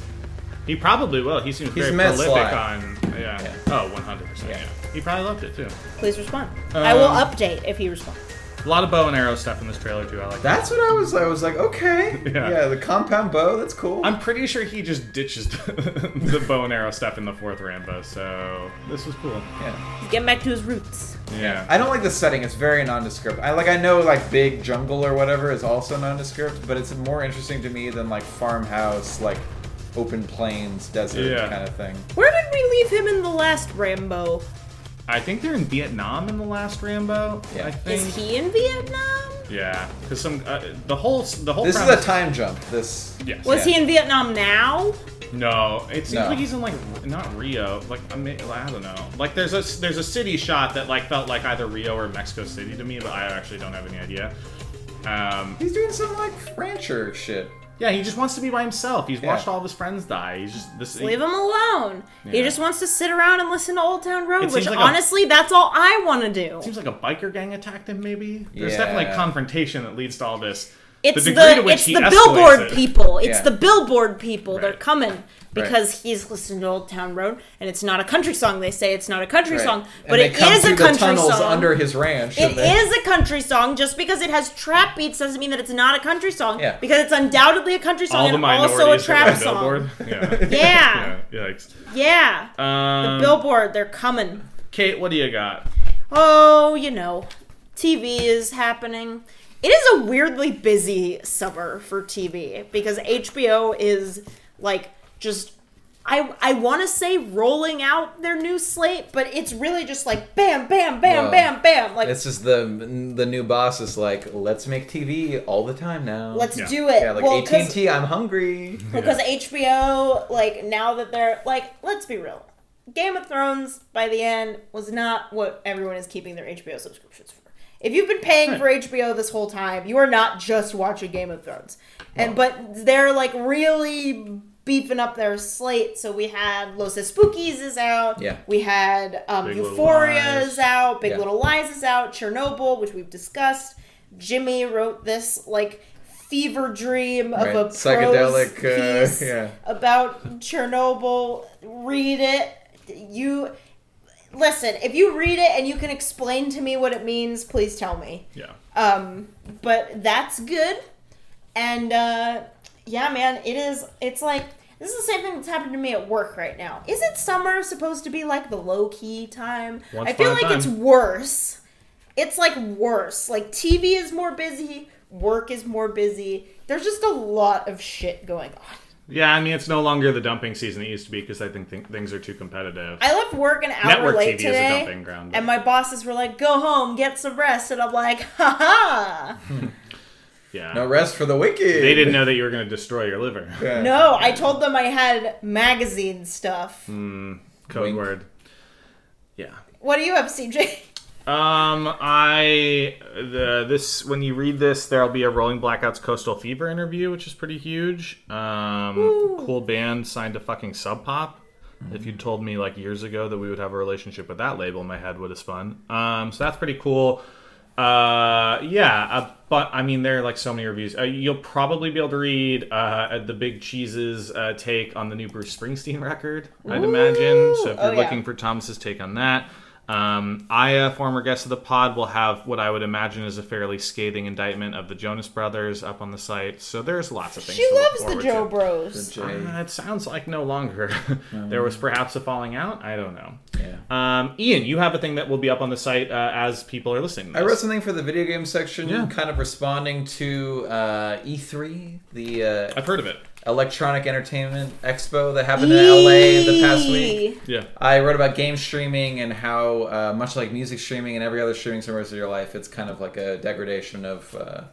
[SPEAKER 8] He probably will. He seems
[SPEAKER 9] He's
[SPEAKER 8] very
[SPEAKER 9] met
[SPEAKER 8] prolific
[SPEAKER 9] Sly.
[SPEAKER 8] on. Yeah. Oh, 100%. Yeah. He probably loved it too.
[SPEAKER 7] Please respond. I will
[SPEAKER 8] Um,
[SPEAKER 7] update if he responds.
[SPEAKER 8] A lot of bow and arrow stuff in this trailer too. I like.
[SPEAKER 9] That's what I was. I was like, okay,
[SPEAKER 8] Yeah.
[SPEAKER 9] yeah, the compound bow. That's cool.
[SPEAKER 8] I'm pretty sure he just ditches the, the bow and arrow stuff in the fourth Rambo. So this was cool.
[SPEAKER 9] Yeah.
[SPEAKER 7] He's getting back to his roots.
[SPEAKER 8] Yeah.
[SPEAKER 9] I don't like the setting. It's very nondescript. I like. I know like big jungle or whatever is also nondescript, but it's more interesting to me than like farmhouse, like open plains, desert
[SPEAKER 8] Yeah.
[SPEAKER 9] kind of thing.
[SPEAKER 7] Where did we leave him in the last Rambo?
[SPEAKER 8] I think they're in Vietnam in the last Rambo. Yeah. I think.
[SPEAKER 7] Is he in Vietnam?
[SPEAKER 8] Yeah. Because some uh, the whole the whole.
[SPEAKER 9] This is a
[SPEAKER 8] premise-
[SPEAKER 9] time jump. This.
[SPEAKER 8] Yes.
[SPEAKER 7] Was he in Vietnam now?
[SPEAKER 8] No, it seems
[SPEAKER 9] No.
[SPEAKER 8] like he's in like not Rio. Like I, mean, I don't know. Like there's a there's a city shot that like felt like either Rio or Mexico City to me, but I actually don't have any idea. Um,
[SPEAKER 9] He's doing some like rancher shit.
[SPEAKER 8] yeah, he just wants to be by himself. He's
[SPEAKER 9] Yeah.
[SPEAKER 8] watched all of his friends die. He's just this.
[SPEAKER 7] Leave him alone. He
[SPEAKER 8] Yeah.
[SPEAKER 7] just wants to sit around and listen to Old Town
[SPEAKER 8] It
[SPEAKER 7] Road, which
[SPEAKER 8] seems like a-
[SPEAKER 7] honestly, that's all I want to do.
[SPEAKER 8] Seems like a biker gang attacked him, maybe. There's
[SPEAKER 9] Yeah.
[SPEAKER 8] definitely confrontation that leads to all this.
[SPEAKER 7] It's the,
[SPEAKER 8] degree to which
[SPEAKER 7] it's
[SPEAKER 8] he
[SPEAKER 7] the
[SPEAKER 8] escalates
[SPEAKER 7] billboard
[SPEAKER 8] it-
[SPEAKER 7] people. It's
[SPEAKER 8] Yeah.
[SPEAKER 7] the billboard people. They're coming because he's listening to Old Town Road, and it's not a country song. They say it's not a country
[SPEAKER 9] Right.
[SPEAKER 7] song,
[SPEAKER 9] And
[SPEAKER 7] but
[SPEAKER 9] they
[SPEAKER 7] it
[SPEAKER 9] come
[SPEAKER 7] is
[SPEAKER 9] through
[SPEAKER 7] a country
[SPEAKER 9] the tunnels
[SPEAKER 7] song.
[SPEAKER 9] under his ranch.
[SPEAKER 7] It
[SPEAKER 9] and they-
[SPEAKER 7] is a country song. Just because it has trap beats doesn't mean that it's not a country song.
[SPEAKER 9] Yeah.
[SPEAKER 7] Because it's undoubtedly a country song
[SPEAKER 8] All the
[SPEAKER 7] and also a
[SPEAKER 8] minorities are
[SPEAKER 7] trap
[SPEAKER 8] on
[SPEAKER 7] song.
[SPEAKER 8] billboard. Yeah.
[SPEAKER 7] Yeah.
[SPEAKER 8] yeah. Yikes.
[SPEAKER 7] Yeah.
[SPEAKER 8] Um,
[SPEAKER 7] the billboard. They're coming.
[SPEAKER 8] Kate, what do you got?
[SPEAKER 7] Oh, you know, TV is happening. It is a weirdly busy summer for TV because HBO is like just I I want to say rolling out their new slate, but it's really just like bam bam bam
[SPEAKER 9] Whoa.
[SPEAKER 7] bam bam like
[SPEAKER 9] It's just the the new boss is like, let's make TV all the time now.
[SPEAKER 7] Let's Yeah. do it.
[SPEAKER 9] Yeah, like
[SPEAKER 7] Well, 'cause-
[SPEAKER 9] AT and t I'm hungry.
[SPEAKER 7] because HBO like now that they're like let's be real. Game of Thrones by the end was not what everyone is keeping their HBO subscriptions for. If you've been paying for HBO this whole time, you are not just watching Game of Thrones. And but they're like really beefing up their slate. So we had Los Spookies is out.
[SPEAKER 9] Yeah.
[SPEAKER 7] We had um,
[SPEAKER 9] Big Little
[SPEAKER 7] Euphoria
[SPEAKER 9] Lies.
[SPEAKER 7] is out. Big
[SPEAKER 9] Yeah.
[SPEAKER 7] Little Lies is out. Chernobyl, which we've discussed. Jimmy wrote this like fever dream of a
[SPEAKER 9] Right.
[SPEAKER 7] prose
[SPEAKER 9] Psychedelic. Uh,
[SPEAKER 7] piece
[SPEAKER 9] yeah.
[SPEAKER 7] about Chernobyl. Read it. You listen. If you read it and you can explain to me what it means, please tell me.
[SPEAKER 8] Yeah.
[SPEAKER 7] Um, but that's good. And uh, yeah, man, it is. It's like this is the same thing that's happened to me at work right now. Isn't summer supposed to be like the low key time?
[SPEAKER 18] Once
[SPEAKER 7] I feel
[SPEAKER 18] upon a
[SPEAKER 7] like it's
[SPEAKER 18] time.
[SPEAKER 7] worse. It's like worse. Like TV is more busy. Work is more busy. There's just a lot of shit going on.
[SPEAKER 8] Yeah, I mean it's no longer the dumping season it used to be because I think th- things are too competitive.
[SPEAKER 7] I left work an hour
[SPEAKER 8] Network
[SPEAKER 7] late
[SPEAKER 8] TV is a
[SPEAKER 7] today,
[SPEAKER 8] dumping ground.
[SPEAKER 7] and my bosses were like, "Go home, get some rest," and I'm like, "Ha ha."
[SPEAKER 8] yeah.
[SPEAKER 9] No rest for the wicked.
[SPEAKER 8] They didn't know that you were going to destroy your liver.
[SPEAKER 7] No, I told them I had magazine stuff.
[SPEAKER 8] Hmm, code word. Yeah.
[SPEAKER 7] What do you have, CJ?
[SPEAKER 8] Um, I the this when you read this, there'll be a Rolling Blackouts Coastal Fever interview, which is pretty huge. Um, cool band signed to fucking Sub Pop. If you told me like years ago that we would have a relationship with that label, my head would have spun. Um, so that's pretty cool. Uh, yeah, uh, but I mean, there are like so many reviews. Uh, you'll probably be able to read uh, the Big Cheese's uh, take on the new Bruce Springsteen record. I'd imagine. So if
[SPEAKER 6] Oh,
[SPEAKER 8] you're
[SPEAKER 6] yeah.
[SPEAKER 8] looking for Thomas's take on that, um, Aya, former guest of the pod, will have what I would imagine is a fairly scathing indictment of the Jonas Brothers up on the site. So there's lots of things.
[SPEAKER 7] She
[SPEAKER 8] to look
[SPEAKER 7] loves the
[SPEAKER 8] forward
[SPEAKER 7] Joe
[SPEAKER 8] to.
[SPEAKER 7] Bros. The J.
[SPEAKER 8] Uh, it sounds like no longer.
[SPEAKER 9] Um,
[SPEAKER 8] there was perhaps a falling out. I don't know. Um, Ian, you have a thing that will be up on the site uh, as people are listening. To
[SPEAKER 9] I
[SPEAKER 8] this.
[SPEAKER 9] wrote something for the video game section,
[SPEAKER 8] Yeah.
[SPEAKER 9] kind of responding to uh, E3, the uh,
[SPEAKER 8] I've heard of it,
[SPEAKER 9] Electronic Entertainment Expo that happened in LA the past week.
[SPEAKER 8] Yeah.
[SPEAKER 9] I wrote about game streaming and how, uh, much like music streaming and every other streaming service of your life, it's kind of like a degradation of uh,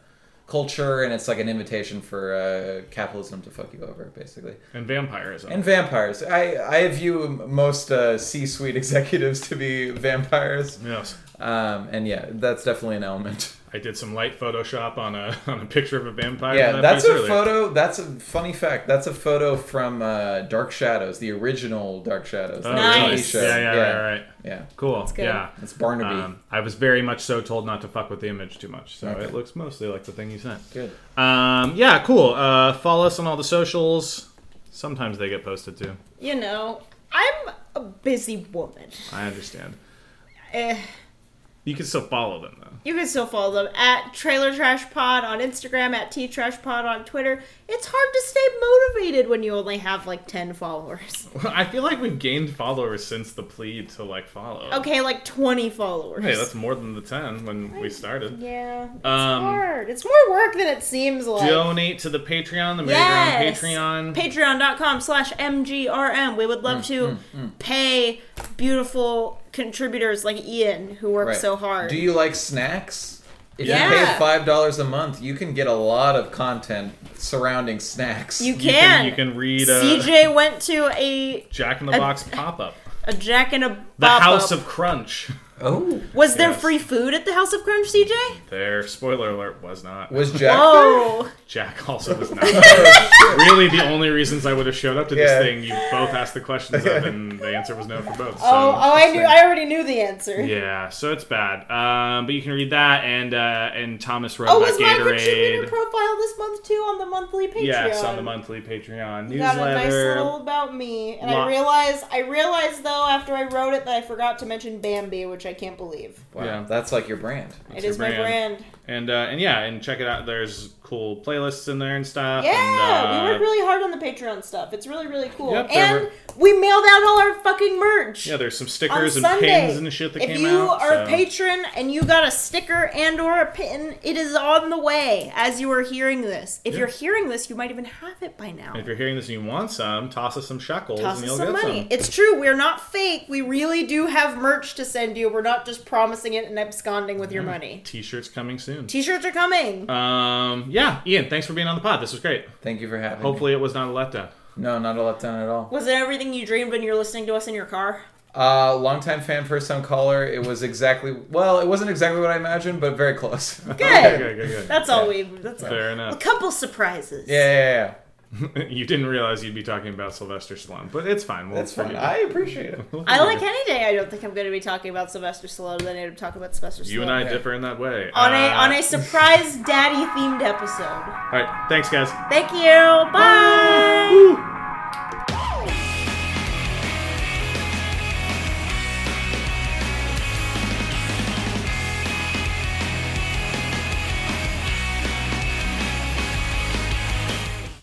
[SPEAKER 9] culture, and it's like an invitation for uh, capitalism to fuck you over, basically.
[SPEAKER 8] And vampirism.
[SPEAKER 9] And vampires. I I view most uh, C-suite executives to be vampires.
[SPEAKER 8] Yes.
[SPEAKER 9] Um, and yeah, that's definitely an element.
[SPEAKER 8] I did some light Photoshop on a on a picture of a vampire.
[SPEAKER 9] Yeah,
[SPEAKER 8] that
[SPEAKER 9] that's
[SPEAKER 8] piece
[SPEAKER 9] a
[SPEAKER 8] earlier.
[SPEAKER 9] photo. That's a funny fact. That's a photo from uh, Dark Shadows, the original Dark Shadows.
[SPEAKER 8] Oh,
[SPEAKER 9] the
[SPEAKER 8] really?
[SPEAKER 9] TV show.
[SPEAKER 8] Yeah, yeah, right, right.
[SPEAKER 9] Yeah.
[SPEAKER 8] Cool.
[SPEAKER 9] That's good.
[SPEAKER 8] Yeah.
[SPEAKER 9] That's Barnaby.
[SPEAKER 8] Um, I was very much so told not to fuck with the image too much, so
[SPEAKER 9] Okay.
[SPEAKER 8] it looks mostly like the thing you sent.
[SPEAKER 9] Good.
[SPEAKER 8] Um, yeah, cool. Uh, follow us on all the socials. Sometimes they get posted too.
[SPEAKER 7] You know, I'm a busy woman.
[SPEAKER 8] I understand.
[SPEAKER 7] Eh,
[SPEAKER 8] You can still follow them though.
[SPEAKER 7] you can still follow them at Trailer Trash Pod on Instagram, at T Trash Pod on Twitter. It's hard to stay motivated when you only have like 10 followers.
[SPEAKER 8] I feel like we've gained followers since the plea to like follow.
[SPEAKER 7] Okay, like 20 followers.
[SPEAKER 8] Hey, that's more than the ten when we started.
[SPEAKER 7] Yeah. It's
[SPEAKER 8] Um,
[SPEAKER 7] hard. It's more work than it seems like.
[SPEAKER 8] Donate to the Patreon, the Merry
[SPEAKER 7] Yes.
[SPEAKER 8] Patreon.
[SPEAKER 7] Patreon.com slash MGRM. We would love
[SPEAKER 9] Mm,
[SPEAKER 7] to pay beautiful contributors like Ian, who works
[SPEAKER 9] Right.
[SPEAKER 7] so hard.
[SPEAKER 9] Do you like snacks? If
[SPEAKER 7] Yeah.
[SPEAKER 9] you pay five dollars a month, you can get a lot of content surrounding snacks.
[SPEAKER 7] You You can- can.
[SPEAKER 8] You can read uh,
[SPEAKER 7] CJ went to a
[SPEAKER 8] Jack in the
[SPEAKER 7] a-
[SPEAKER 8] Box pop up.
[SPEAKER 7] a Jack and a
[SPEAKER 8] The
[SPEAKER 7] Bop
[SPEAKER 8] House
[SPEAKER 7] Up.
[SPEAKER 8] of Crunch.
[SPEAKER 9] Oh.
[SPEAKER 7] Was there free food at the House of Crunch, CJ?
[SPEAKER 8] There, spoiler alert, was not.
[SPEAKER 9] Was Jack
[SPEAKER 7] Oh. Whoa.
[SPEAKER 8] Jack also was not. really, the only reasons I would have showed up to this
[SPEAKER 9] Yeah.
[SPEAKER 8] thing, you both asked the questions of, and the answer was no for both. So.
[SPEAKER 7] oh, oh, I knew. I already knew the answer.
[SPEAKER 8] Yeah, so it's bad. Um, but you can read that and uh, and Thomas wrote
[SPEAKER 7] Oh,
[SPEAKER 8] about
[SPEAKER 7] was my contributor
[SPEAKER 8] Gatorade.
[SPEAKER 7] profile this month too on the monthly Patreon?
[SPEAKER 8] Yes, on the monthly Patreon
[SPEAKER 7] You Got a nice
[SPEAKER 8] newsletter.
[SPEAKER 7] little about me, and
[SPEAKER 8] Lot-
[SPEAKER 7] I realized I realized though after I wrote it that I forgot to mention Bambi, which I can't believe.
[SPEAKER 9] Wow, that's like your brand.
[SPEAKER 7] It is my brand.
[SPEAKER 8] And uh, and yeah, and check it out. There's cool playlists in there and stuff.
[SPEAKER 7] Yeah,
[SPEAKER 8] and, uh,
[SPEAKER 7] we work really hard on the Patreon stuff. It's really really cool,
[SPEAKER 8] Yep, there
[SPEAKER 7] and we mailed out all our fucking merch.
[SPEAKER 8] Yeah, there's some
[SPEAKER 7] on
[SPEAKER 8] stickers and
[SPEAKER 7] Sunday.
[SPEAKER 8] pins and shit that
[SPEAKER 7] if
[SPEAKER 8] came
[SPEAKER 7] you
[SPEAKER 8] out.
[SPEAKER 7] are a
[SPEAKER 8] so-
[SPEAKER 7] patron and you got a sticker and or a pin, it is on the way as you are hearing this. If
[SPEAKER 8] Yeah.
[SPEAKER 7] you're hearing this, you might even have it by now.
[SPEAKER 8] If you're hearing this and you want some, toss us some shekels
[SPEAKER 7] Toss
[SPEAKER 8] and
[SPEAKER 7] us
[SPEAKER 8] you'll
[SPEAKER 7] some
[SPEAKER 8] get
[SPEAKER 7] money.
[SPEAKER 8] some.
[SPEAKER 7] It's true. We're not fake. We really do have merch to send you. We're not just promising it and absconding with your money.
[SPEAKER 8] T-shirts coming soon.
[SPEAKER 7] T-shirts are coming.
[SPEAKER 8] um, yeah, Ian, thanks for being on the pod. This was great.
[SPEAKER 9] Thank you for having
[SPEAKER 8] Hopefully it was not a letdown.
[SPEAKER 9] No, not a letdown at all.
[SPEAKER 7] Was it everything you dreamed when you're listening to us in your car?
[SPEAKER 9] Uh, longtime fan, first time caller. It was exactly well, it wasn't exactly what I imagined, but very close. Good,
[SPEAKER 7] Okay, good, good, good. That's all we. That's
[SPEAKER 8] Fair
[SPEAKER 7] A
[SPEAKER 8] enough.
[SPEAKER 7] couple surprises.
[SPEAKER 9] Yeah, yeah,
[SPEAKER 8] you didn't realize you'd be talking about Sylvester Stallone, but it's fine. We'll
[SPEAKER 9] That's fine.
[SPEAKER 8] forgive
[SPEAKER 9] I
[SPEAKER 8] you.
[SPEAKER 9] appreciate it.
[SPEAKER 8] We'll
[SPEAKER 7] I like
[SPEAKER 8] forgive
[SPEAKER 7] any day. I don't think I'm going to be talking about Sylvester Stallone. Then I'm talking about Sylvester Stallone.
[SPEAKER 8] you. You and I differ in that way.
[SPEAKER 7] on a
[SPEAKER 8] Uh,
[SPEAKER 7] on a surprise daddy themed episode.
[SPEAKER 8] All right, thanks, guys.
[SPEAKER 7] Thank you. Bye.